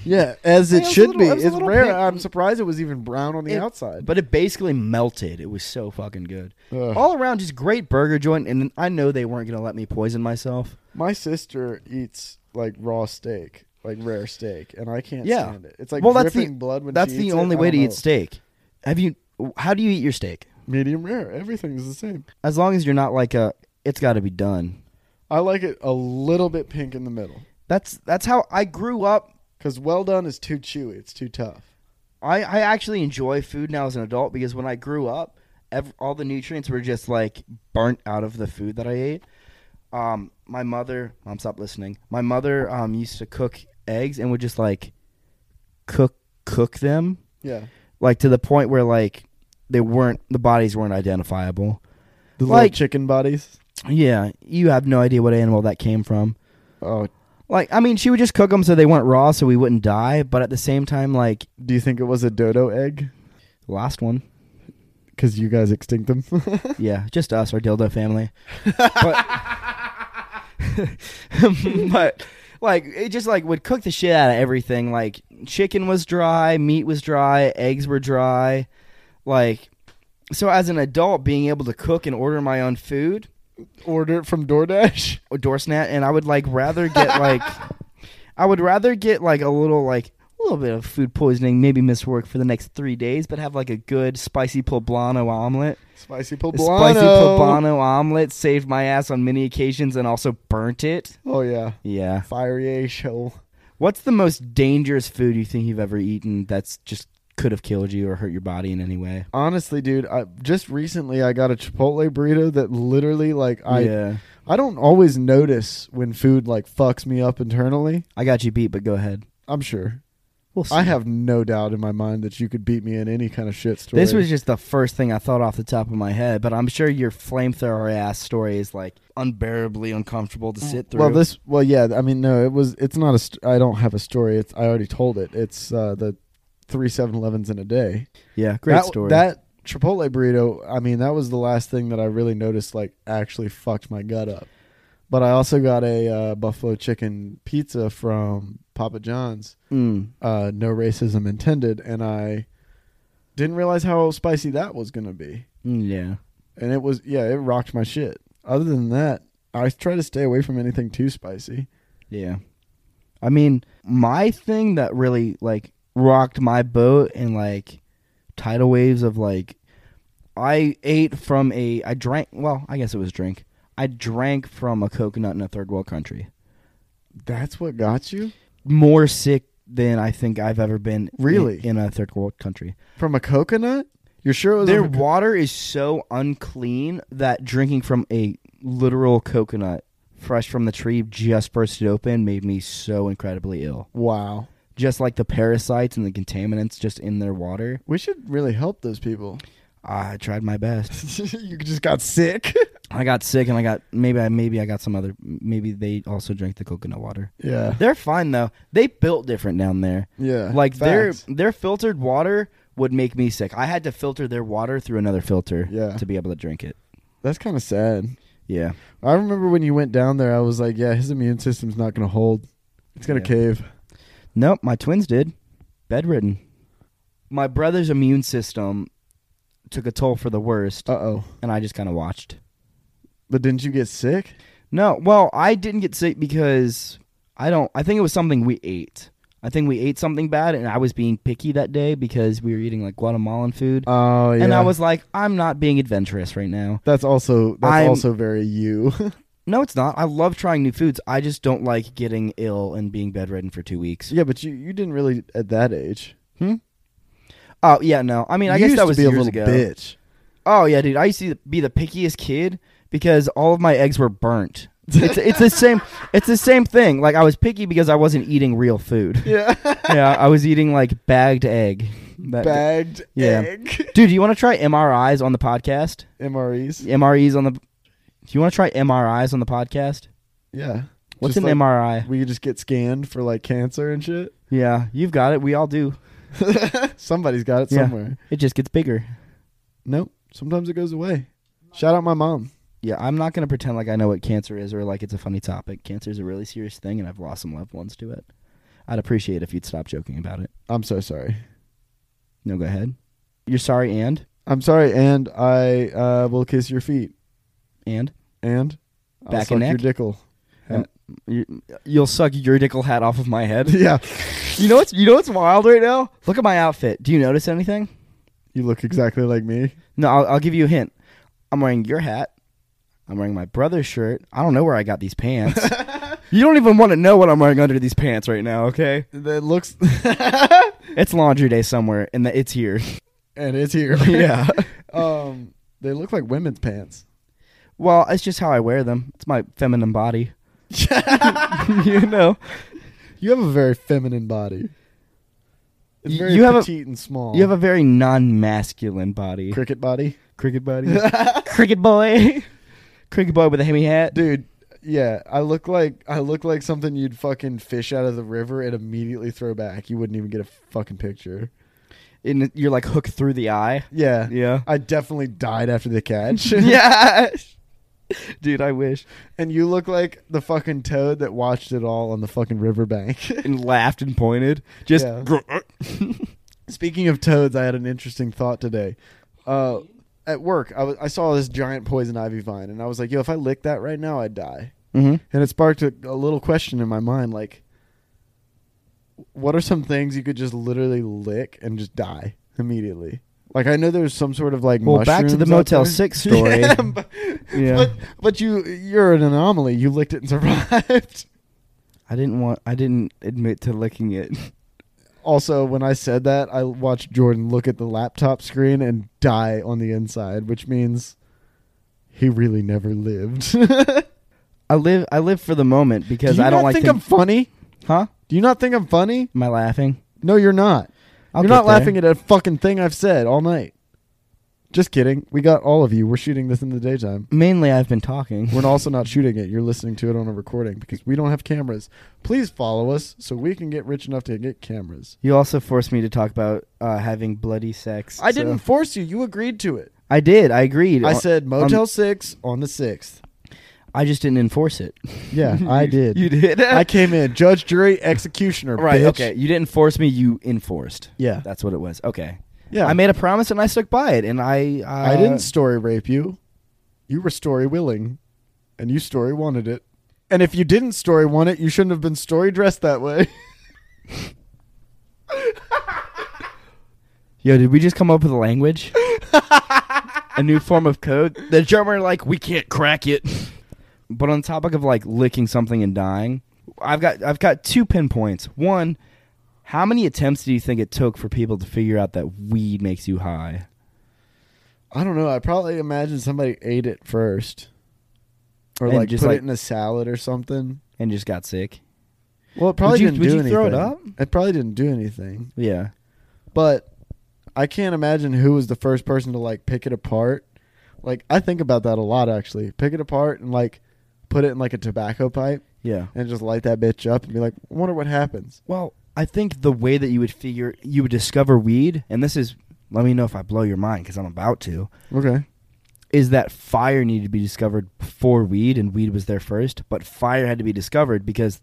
Yeah, as
it
it
was a
should
little-
be.
it was a
It's
little
rare.
pink.
I'm surprised it was even brown on the
It-
outside.
but it basically melted. It was so fucking good.
Ugh.
All around, just great burger joint. And I know they weren't gonna let me poison myself.
My sister eats like raw steak, like rare steak, and I can't
Yeah.
stand it. It's like
Well, that's
dripping
the-
blood when
That's
she
the
eats it.
only
I
way to
don't know.
eat steak. Have you? How do you eat your steak?
Medium rare. Everything's the same.
As long as you're not like a, it's got to be done.
I like it a little bit pink in the middle
That's that's how I grew up.
because well done is too chewy. It's too tough.
I, I actually enjoy food now as an adult because when I grew up, ev- all the nutrients were just like burnt out of the food that I ate. Um, my mother, mom, stop listening. My mother um, used to cook eggs and would just like cook cook them
Yeah,
like to the point where like they weren't the bodies weren't identifiable.
the
Like-
little chicken bodies.
Yeah, you have no idea what animal that came from.
Oh,
Like, I mean, she would just cook them so they weren't raw, so we wouldn't die. But at the same time, like
do you think it was a dodo egg?
the last one,
Because you guys extinct them. <laughs>
yeah, just us, our dildo family. but, <laughs> but like it just like would cook the shit out of everything. Like chicken was dry, meat was dry, eggs were dry. Like so as an adult being able to cook and order my own food
Order it from DoorDash.
or Dorsnat and I would like rather get like I would rather get like a little like a little bit of food poisoning, maybe miss work for the next three days, but have like a good spicy poblano omelet.
Spicy
The
poblano.
Spicy poblano omelet saved my ass on many occasions and also burnt it.
Oh yeah,
Yeah.
fiery show.
What's the most dangerous food you think you've ever eaten that's just could have killed you or hurt your body in any way?
Honestly, dude, I just recently I got a Chipotle burrito that literally like I
yeah.
I don't always notice when food like fucks me up internally.
I got you beat, but go ahead.
I'm sure.
We'll see.
I have no doubt in my mind that you could beat me in any kind of shit story.
This was just the first thing I thought off the top of my head, but I'm sure your flamethrower ass story is like unbearably uncomfortable to sit through.
well, this well, yeah. I mean, no, it was. It's not a. St- I don't have a story. It's. I already told it. It's uh, the three Seven Elevens in a day.
yeah, great
that,
story.
That Chipotle burrito. I mean, that was the last thing that I really noticed. Like, actually fucked my gut up. But I also got a uh, buffalo chicken pizza from Papa John's.
Mm.
uh, no racism intended, and I didn't realize how spicy that was going to be.
Mm, yeah,
And it was, yeah, it rocked my shit. Other than that, I try to stay away from anything too spicy.
yeah. I mean, my thing that really like rocked my boat and like tidal waves of like I ate from a I drank well, I guess it was drink. I drank from a coconut in a third world country.
That's what got you
More sick than I think I've ever been in-
Really?
in a third world country.
from a coconut. You're sure it was
Their
on a co-
water is so unclean that drinking from a literal coconut fresh from the tree just bursted open made me so incredibly ill.
wow.
Just like the parasites and the contaminants just in their water.
We should really help those people. <laughs>
I tried my best.
you just got sick. <laughs>
I got sick and I got maybe I maybe I got some other maybe they also drank the
<laughs>
coconut water.
yeah,
They're fine though. They built different down there.
yeah.
Like their
Uh, Facts.
their filtered water would make me sick. I had to filter their water through another filter
Yeah.
to be able to drink it.
that's kind of sad.
Yeah.
I remember when you went down there, I was like, yeah, his immune system's not going to hold. It's going
Yeah.
to cave.
Nope, my twins did. Bedridden. My brother's immune system took a toll for the worst,
Uh oh.
and I just kind of watched.
But didn't you get sick?
No, well, I didn't get sick because I don't. I think it was something we ate. I think we ate something bad, and I was being picky that day because we were eating like Guatemalan food,
Oh yeah.
and I was like, I'm not being adventurous right now.
That's also that's
I'm-
also very you. <laughs>
No, it's not. I love trying new foods. I just don't like getting ill and being bedridden for two weeks.
yeah, but you you didn't really at that age.
Oh yeah, no. I mean, I
You
guess
used
that
to
was
be
years
a little
ago.
bitch.
Oh yeah, dude. I used to be the pickiest kid because all of my eggs were burnt. It's, it's the same. It's the same thing. Like I was picky because I wasn't eating real food.
Yeah.
<laughs> yeah, I was eating like <laughs> bagged egg. That-
Bagged
Yeah.
egg.
<laughs> Dude, do you want to try MRIs on the podcast?
MREs.
MREs on the. Do you want to try MRIs on the podcast?
Yeah.
What's
Just
an
like,
MRI?
We could just get scanned for like cancer and
<laughs>
shit. <laughs>
Yeah, you've got it. We all do.
Somebody's got it
Yeah.
somewhere.
It just gets bigger.
Nope. Sometimes it goes away. Shout out my mom.
Yeah, I'm not gonna pretend like I know what cancer is or like it's a funny topic. Cancer is a really serious thing, and I've lost some loved ones to it. I'd appreciate if you'd stop joking about it.
I'm so sorry.
No, go ahead. You're sorry, and
I'm sorry, and I uh, will kiss your feet,
and
and I'll
Back
suck
and neck?
your dickle. <laughs>
you, you'll suck your dickle hat off of my head. <laughs>
yeah,
you know what's you know what's wild right now? Look at my outfit. Do you notice anything?
you look exactly like me.
No, I'll, I'll give you a hint. I'm wearing your hat. I'm wearing my brother's shirt. I don't know where I got these <laughs> pants. you don't even want to know what I'm wearing under these pants right now, okay?
That looks, <laughs>
It's laundry day somewhere, and the, it's <laughs> here.
and it's here.
<laughs> yeah.
<laughs> um, they look like women's pants. <laughs>
Well, it's just how I wear them. It's my feminine body. <laughs> you know,
You have a very feminine body. It's
Y-
very
you have a-
petite and small.
you have a very non-masculine body.
<laughs> cricket body,
cricket body. <laughs> cricket boy. <laughs> cricket boy with a hemi hat.
dude. Yeah, I look like I look like something you'd fucking fish out of the river and immediately throw back. You wouldn't even get a fucking picture.
And you're like hooked through the <laughs> eye.
Yeah,
Yeah.
I definitely died after the catch.
<laughs> yeah. Dude, I wish.
And you look like the fucking toad that watched it all on the fucking riverbank. <laughs>
and laughed and pointed. Just uh.
Yeah.
<laughs>
Speaking of toads, I had an interesting thought today. Uh, at work, I was- I saw this giant poison ivy vine, and I was like, yo, if I lick that right now, I'd die.
Mhm.
And it sparked a, a little question in my mind like, what are some things you could just literally lick and just die immediately? Like, I know there's some sort of like.
Well, back to the
mushrooms out
Motel
there. <laughs>
Six story.
Yeah, but,
Yeah.
but but you you're an anomaly. You licked it and <laughs> survived.
I didn't want. I didn't admit to licking it.
Also, when I said that, I watched Jordan look at the laptop screen and die on the inside, which means he really never lived. <laughs>
I live. I live for the moment because
Do you
I don't
not
like.
think
to-
I'm funny?
huh?
Do you not think I'm funny?
Am I laughing?
No, you're not.
I'll
you're
get
not
there.
laughing at a fucking thing I've said all night. Just kidding. We got all of you. We're shooting this in the daytime.
Mainly, I've been talking.
We're also not shooting it. You're listening to it on a recording because we don't have cameras. Please follow us so we can get rich enough to get cameras.
You also forced me to talk about uh, having bloody sex.
I
so-
didn't force you. You agreed to it.
I did. I agreed.
I
Uh,
said Motel
um,
6 on the 6th.
I just didn't enforce <laughs> it.
Yeah, <laughs> I did.
you did.
I came in judge, jury, executioner.
<laughs> Right.
bitch.
Okay. You didn't force me. You enforced.
Yeah.
That's what it was. Okay.
Yeah.
I made a promise and I stuck by it. And I. Uh,
I didn't story rape you. You were story willing, and you story wanted it. And if you didn't story want it, you shouldn't have been story dressed that way. <laughs>
Yo, did we just come up with a <laughs> language? a new form of code? The drummer, like, we can't crack it. But on the topic of like licking something and dying, I've got I've got two pinpoints. One, how many attempts do you think it took for people to figure out that weed makes you high?
I don't know. I probably imagine somebody ate it first, or
And
like
just,
put
like-
it in a salad or something.
And just got sick.
Well, it probably
you-
didn't
would
do
you
anything.
throw it up?
It probably didn't do anything.
Yeah.
But I can't imagine who was the first person to like pick it apart. Like I think about that a lot actually. Pick it apart and like put it in like a tobacco pipe
Yeah.
and just light that bitch up and be like, wonder what happens.
Well, I think the way that you would figure you would discover weed, and this is let me know if I blow your mind because I'm about to.
Okay.
is that fire needed to be discovered before weed, and weed was there first. But fire had to be discovered because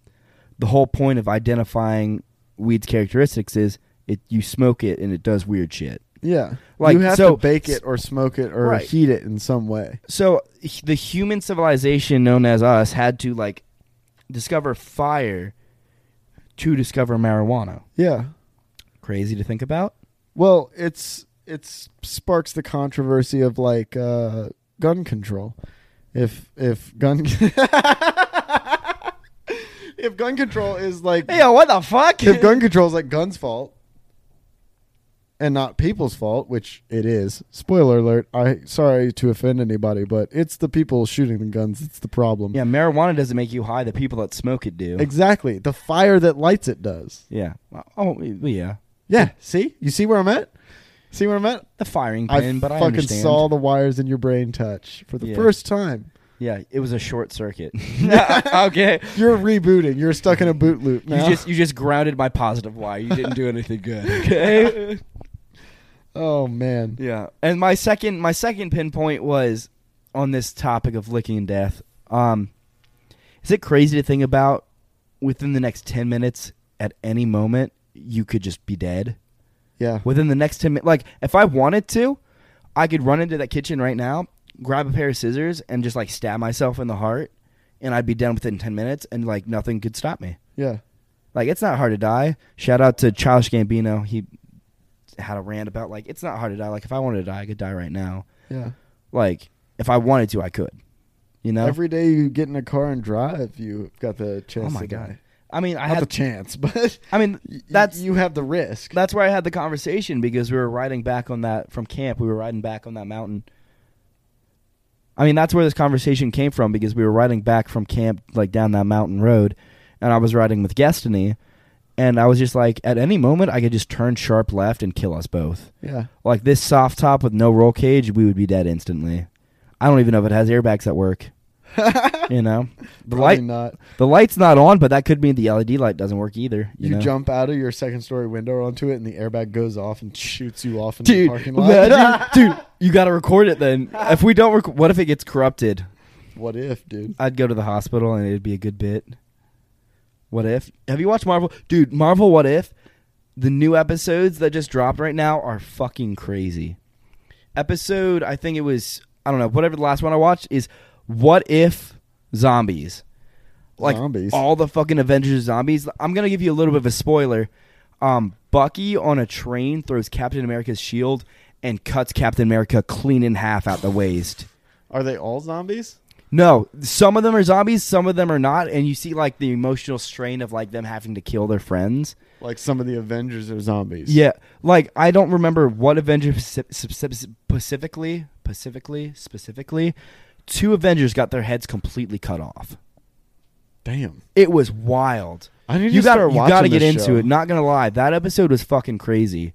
the whole point of identifying weed's characteristics is it you smoke it and it does weird shit.
Yeah.
Like,
you have
so-
to bake it or smoke it or
Right.
heat it in some way.
So h- the human civilization known as us had to like discover fire to discover marijuana.
Yeah.
Crazy to think about.
Well, it's it's sparks the controversy of like uh, gun control. If if gun <laughs> if gun control is like
Hey, yo, what the <laughs> fuck?
if gun control is like guns fault and not people's fault, which it is. Spoiler alert. I sorry to offend anybody, but it's the people shooting the guns. It's the problem.
yeah, marijuana doesn't make you high. The people that smoke it do.
Exactly. The fire that lights it does.
yeah. Oh, well, yeah.
Yeah. See? You see where I'm at? See where I'm at?
The firing
I
pin, but I
fucking
understand.
saw the wires in your brain touch for the
Yeah.
first time.
yeah, it was a
<laughs>
short circuit. <laughs>
okay.
You're rebooting. You're stuck in a boot loop
You
now.
just you just grounded my positive wire. You didn't do anything
<laughs>
good. Okay.
oh man.
yeah. And my second my second pinpoint was on this topic of licking and death. Um is it crazy to think about within the next 10 minutes at any moment you could just be dead?
Yeah.
Within the next 10 minutes like if I wanted to, I could run into that kitchen right now, grab a pair of scissors and just like stab myself in the heart and I'd be done within 10 minutes and like nothing could stop me.
Yeah.
Like it's not hard to die. Shout out to Childish Gambino. He had a rant about like it's not hard to die. Like if I wanted to die, I could die right now.
Yeah.
Like if I wanted to, I could. You know.
Every day you get in a car and drive, you got the chance
oh my
to
god.
die.
I mean, I
Not the
had.
chance, <laughs> but
I mean,
y-
that's
you have the risk.
that's where I had the conversation because we were riding back on that from camp. We were riding back on that mountain. I mean, that's where this conversation came from because we were riding back from camp, like down that mountain road, and I was riding with Destiny, and I was just like, at any moment, I could just turn sharp left and kill us both.
yeah.
Like this soft top with no roll cage, we would be dead instantly. I don't even know if it has airbags that work. <laughs> you know, the
Probably
light
not.
the light's not on, but that could mean the LED light doesn't work either. You,
You,
know?
jump out of your second story window onto it, and the airbag goes off and shoots you off into the
dude, <laughs>
parking
imagine-
lot.
dude, you got to record it then. If we don't, rec- what if it gets corrupted?
what if, dude?
I'd go to the hospital and it'd be a good bit. What if? Have you watched Marvel? Dude, Marvel What If? The new episodes that just dropped right now are fucking crazy. Episode, I think it was, I don't know, whatever the last one I watched is What If Zombies? Like
Zombies.
all the fucking Avengers zombies. I'm going to give you a little bit of a spoiler. Um, Bucky on a train throws Captain America's shield and cuts Captain America clean in half out the waist.
Are they all zombies?
No, some of them are zombies, some of them are not, and you see like the emotional strain of like them having to kill their friends.
Like some of the Avengers are zombies.
Yeah, like I don't remember what Avenger speci- speci- specifically, specifically, specifically, two Avengers got their heads completely cut off.
Damn.
It was wild.
I need
You
to
got
start
you
watching
got to get
this
into
show.
it. Not gonna lie, that episode was fucking crazy,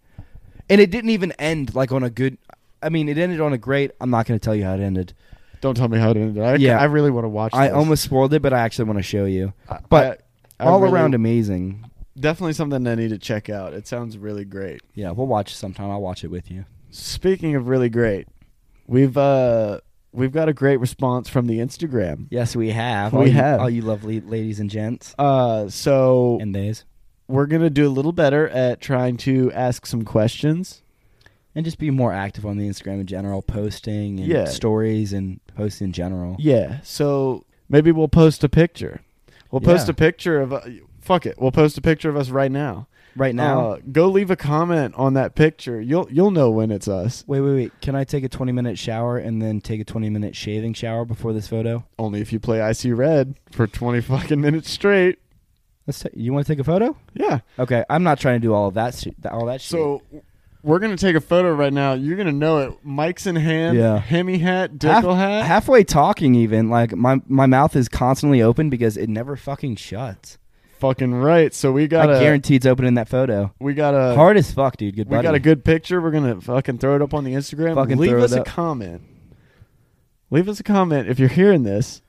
and it didn't even end like on a good. I mean, it ended on a great. I'm not gonna tell you how it ended.
Don't tell me how it ended. I,
Yeah.
I really want to watch.
I
this.
almost spoiled it, but I actually want to show you.
I-
but
I- I
All
really-
around amazing.
Definitely something I need to check out. It sounds really great.
Yeah, we'll watch it sometime. I'll watch it with you.
Speaking of really great, we've uh we've got a great response from the Instagram.
Yes, we have.
We
all you,
have.
all you lovely ladies and gents
Uh, so
and theys,
we're gonna do a little better at trying to ask some questions.
and just be more active on the Instagram in general, posting and
Yeah.
stories and posts in general.
Yeah. So maybe we'll post a picture. We'll post
Yeah.
a picture of. Uh, fuck it. We'll post a picture of us right now.
Right now,
Uh, go leave a comment on that picture. You'll you'll know when it's us.
wait, wait, wait. Can I take a twenty minute shower and then take a twenty minute shaving shower before this photo?
Only if you play IC Red for twenty fucking minutes straight.
Let's. Ta- you want to take a photo?
Yeah.
Okay, I'm not trying to do all of that. Sh- all that. Shit.
So we're gonna take a photo right now. You're gonna know it. Mike's in hand.
Yeah.
Hemi hat.
Half-
Dickle hat.
halfway talking, even like my my mouth is constantly open because it never fucking shuts.
Fucking right. So we got
I
a.
guarantee it's open in that photo.
We got a.
Hard as fuck, dude. Good
Uh, we
buddy.
got a good picture. We're gonna fucking throw it up on the Instagram.
Fucking
leave
throw
us
it
a
up.
comment. Leave us a comment if you're hearing this.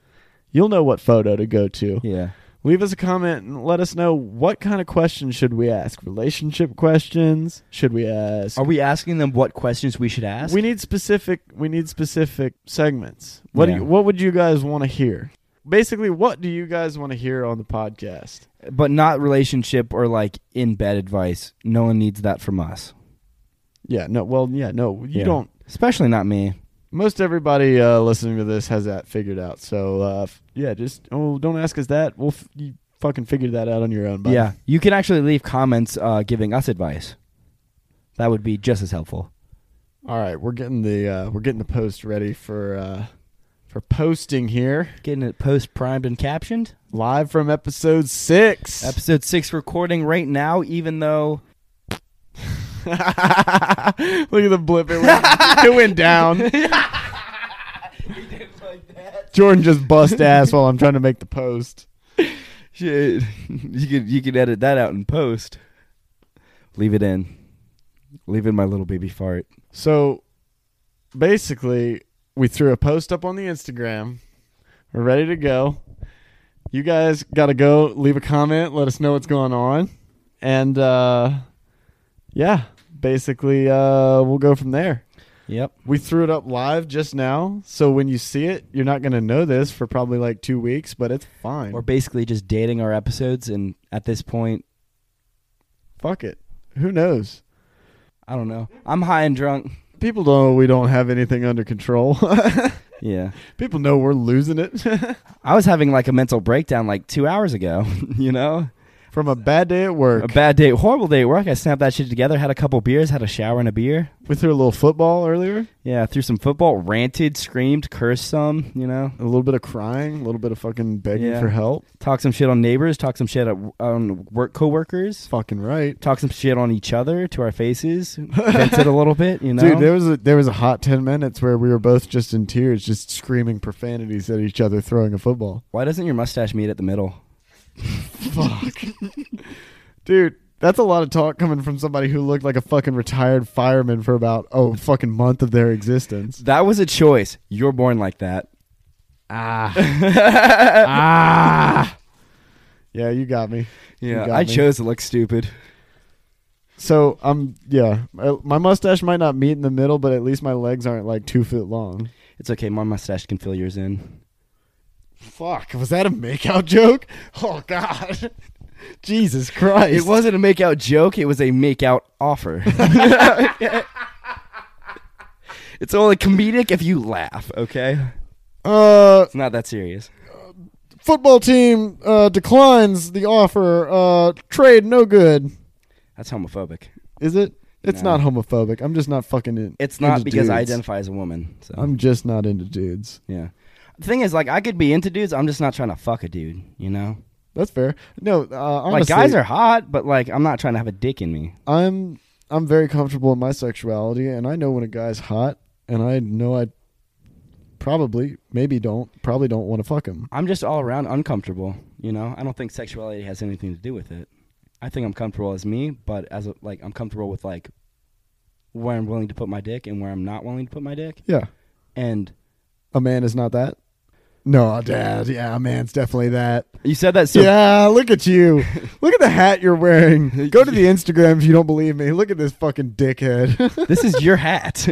You'll know what photo to go to.
Yeah.
Leave us a comment and let us know what kind of questions should we ask. Relationship questions should we ask?
Are we asking them what questions we should ask?
We need specific. We need specific segments. What
Yeah.
do you, What would you guys want to hear? Basically, what do you guys want to hear on the podcast?
but not relationship or like in bed advice. No one needs that from us.
Yeah, no. Well, yeah, no. You
Yeah.
don't.
Especially not me.
Most everybody uh, listening to this has that figured out. So uh, f- yeah, just oh, don't ask us that. We'll f- you fucking figure that out on your own. bud.
yeah, you can actually leave comments uh, giving us advice. That would be just as helpful.
All right, we're getting the uh, we're getting the post ready for uh, for posting here
Getting it post primed and captioned.
live from episode six. <laughs>
Episode six recording right now, even <laughs> though
Look at the blip. It went, it went down. Jordan just bust ass while I'm trying to make the post.
shit, <laughs> you could you could edit that out in post. Leave it in. Leave in my little baby fart.
So basically, we threw a post up on the Instagram. We're ready to go. You guys got to go leave a comment, let us know what's going on. And uh, yeah, basically, uh, we'll go from there.
Yep.
We threw it up live just now. So when you see it, you're not going to know this for probably like two weeks, but it's fine.
We're basically just dating our episodes, and at this point,
Fuck it. Who knows?
I don't know. I'm high and drunk.
People know we don't have anything under control. <laughs>
Yeah.
People know we're losing it <laughs>
I was having like a mental breakdown like two hours ago, <laughs> you know?
from a bad day at work.
A bad day, horrible day at work. I snapped that shit together, had a couple beers, had a shower and a beer.
We threw a little football earlier,
Yeah, threw some football, ranted, screamed, cursed some, you know?
a little bit of crying, a little bit of fucking begging
Yeah.
for help.
Talked some shit on neighbors, talked some shit at- on work coworkers,
Fucking right.
talked some shit on each other to our faces, vented a little bit, you know?
Dude, there was a there was a hot ten minutes where we were both just in tears, just screaming profanities at each other, throwing a football.
Why doesn't your mustache meet at the middle?
Fuck, dude, that's a lot of talk coming from somebody who looked like a fucking retired fireman for about oh fucking month of their
<laughs>
existence.
That was a choice. You're born like that.
Ah, ah. Yeah, you got me. You
Yeah,
got
I
me.
chose to look stupid.
So um, yeah, my, my mustache might not meet in the middle, but at least my legs aren't like two foot long.
It's okay, my mustache can fill yours in.
Fuck, was that a makeout joke? <laughs> Oh God, <laughs> Jesus Christ!
It wasn't a make out joke, it was a make out
<laughs>
offer. it's only comedic if you laugh, okay?
Uh,
It's not that serious.
football team uh, declines the offer. Uh, trade no good.
That's homophobic.
Is it? It's
No.
not homophobic. I'm just not fucking. In,
It's not
into
because I
dudes.
identify as a woman. So
I'm just not into dudes.
yeah. The thing is like I could be into dudes, I'm just not trying to fuck a dude, you know?
That's fair. No, uh,
like
honestly,
guys are hot, but like I'm not trying to have a dick in me.
I'm I'm very comfortable in my sexuality, and I know when a guy's hot, and I know I probably, maybe don't, probably don't want to fuck him.
I'm just all around uncomfortable, you know? I don't think sexuality has anything to do with it. I think I'm comfortable as me, but as a, like I'm comfortable with like where I'm willing to put my dick and where I'm not willing to put my dick.
Yeah,
And
a man is not that. No, dad. Yeah, a man's definitely that.
you said that so
yeah, look at you. look at the hat you're wearing. Go to
<laughs>
the Instagram if you don't believe me. Look at this fucking dickhead. <laughs>
<laughs> this is your hat.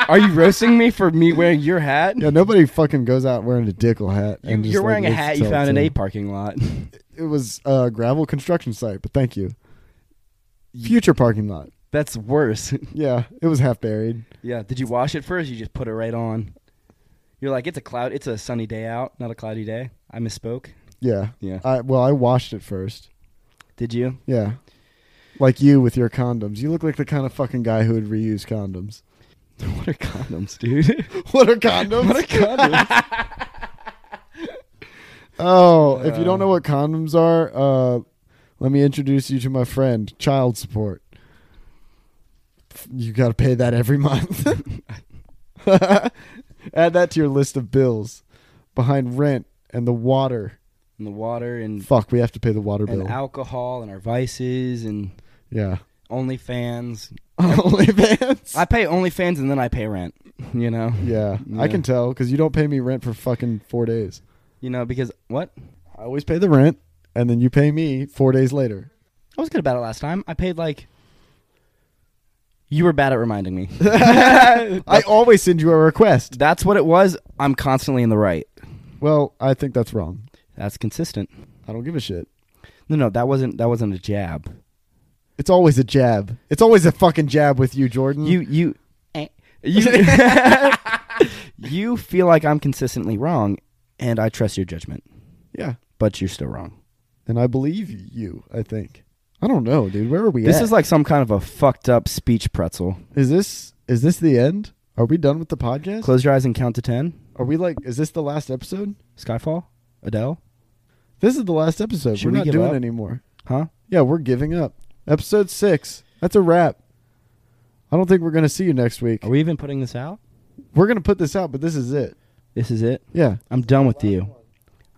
<laughs> Are you roasting me for me wearing your hat?
yeah, nobody fucking goes out wearing a dickle hat.
you,
and just,
you're
like,
wearing a
lives
hat you
to
found in a
tell
parking lot. <laughs>
It It was a gravel construction site, but thank you. Future parking lot.
That's worse. <laughs>
Yeah, it was half buried.
yeah. Did you wash it first? You just put it right on. You're like, it's a cloud. It's a sunny day out, not a cloudy day. I misspoke.
Yeah.
Yeah.
I well, I washed it first.
Did you? <laughs>
Yeah. Like you with your condoms. You look like the kind of fucking guy who would reuse condoms. <laughs>
What are condoms, dude? <laughs>
What are condoms?
what are condoms?
Oh, if you don't
Uh.
know what condoms are, uh, let me introduce you to my friend, child support. You got to pay that every month. <laughs> Add that to your list of bills behind rent and the water.
and the water and
Fuck, we have to pay the water bill.
Mm. and alcohol and our vices and <laughs>
yeah.
OnlyFans.
<laughs> OnlyFans.
I pay OnlyFans and then I pay rent. You know.
yeah, I
Yeah.
can tell because you don't pay me rent for fucking four days.
You know because what?
I always pay the rent, and then you pay me four days later.
I was good about it last time. I paid like. You were bad at reminding me.
I always send you a request.
That's what it was. I'm constantly in the right.
Well, I think that's wrong.
That's consistent.
I don't give a shit.
No, no, that wasn't. That wasn't a jab.
It's always a jab. It's always a fucking jab with you, Jordan.
You you you you feel like I'm consistently wrong, and I trust your judgment,
yeah.
but you're still wrong.
And I believe you. I think. I don't know, dude. Where are we?
This
at?
is like some kind of a fucked up speech pretzel.
Is this is this the end? Are we done with the podcast?
Close your eyes and count to ten.
Are we like? Is this the last episode?
Skyfall, Adele,
This is the last episode.
Should
we're
we
not
give
doing
up?
it anymore.
huh?
Yeah, we're giving up. Episode six. That's a wrap. I don't think we're gonna see you next week.
Are we even putting this out?
We're gonna put this out, but this is it.
This is it.
Yeah.
I'm done with you.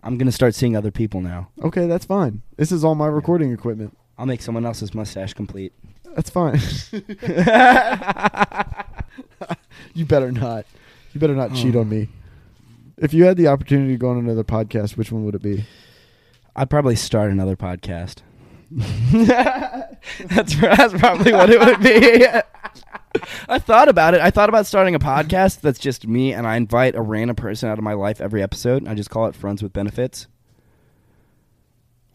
I'm gonna start seeing other people now.
Okay, that's fine. This is all my recording equipment.
I'll make someone else's mustache complete.
That's fine. <laughs> you better not. You better not
Oh.
cheat on me. If you had the opportunity to go on another podcast, which one would it be?
I'd probably start another podcast. <laughs>
that's, that's probably what it would be.
<laughs> I thought about it. I thought about starting a podcast that's just me and I invite a random person out of my life every episode. I just call it Friends with Benefits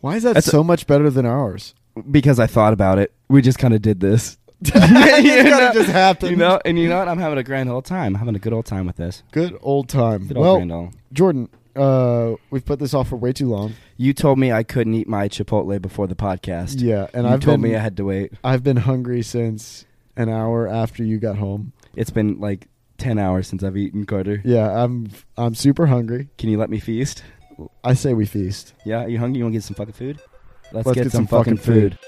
Why is that
That's a-
so much better than ours?
because I thought about it. We just kind of
<laughs>
did this. <laughs>
It kinda just happened.
You know, and you know what? I'm having a grand old time. I'm having a good old time with this.
Good old time.
Good old
well,
grand old.
Jordan, uh, we've put this off for way too long.
You told me I couldn't eat my Chipotle before the podcast.
Yeah, and
you
I've
told
been
me I had to wait.
I've been hungry since an hour after you got home.
It's been like 10 hours since I've eaten, Carter.
Yeah, I'm I'm super hungry.
Can you let me feast?
I say we feast.
Yeah, you hungry? You want to get some fucking food?
Let's get some fucking food.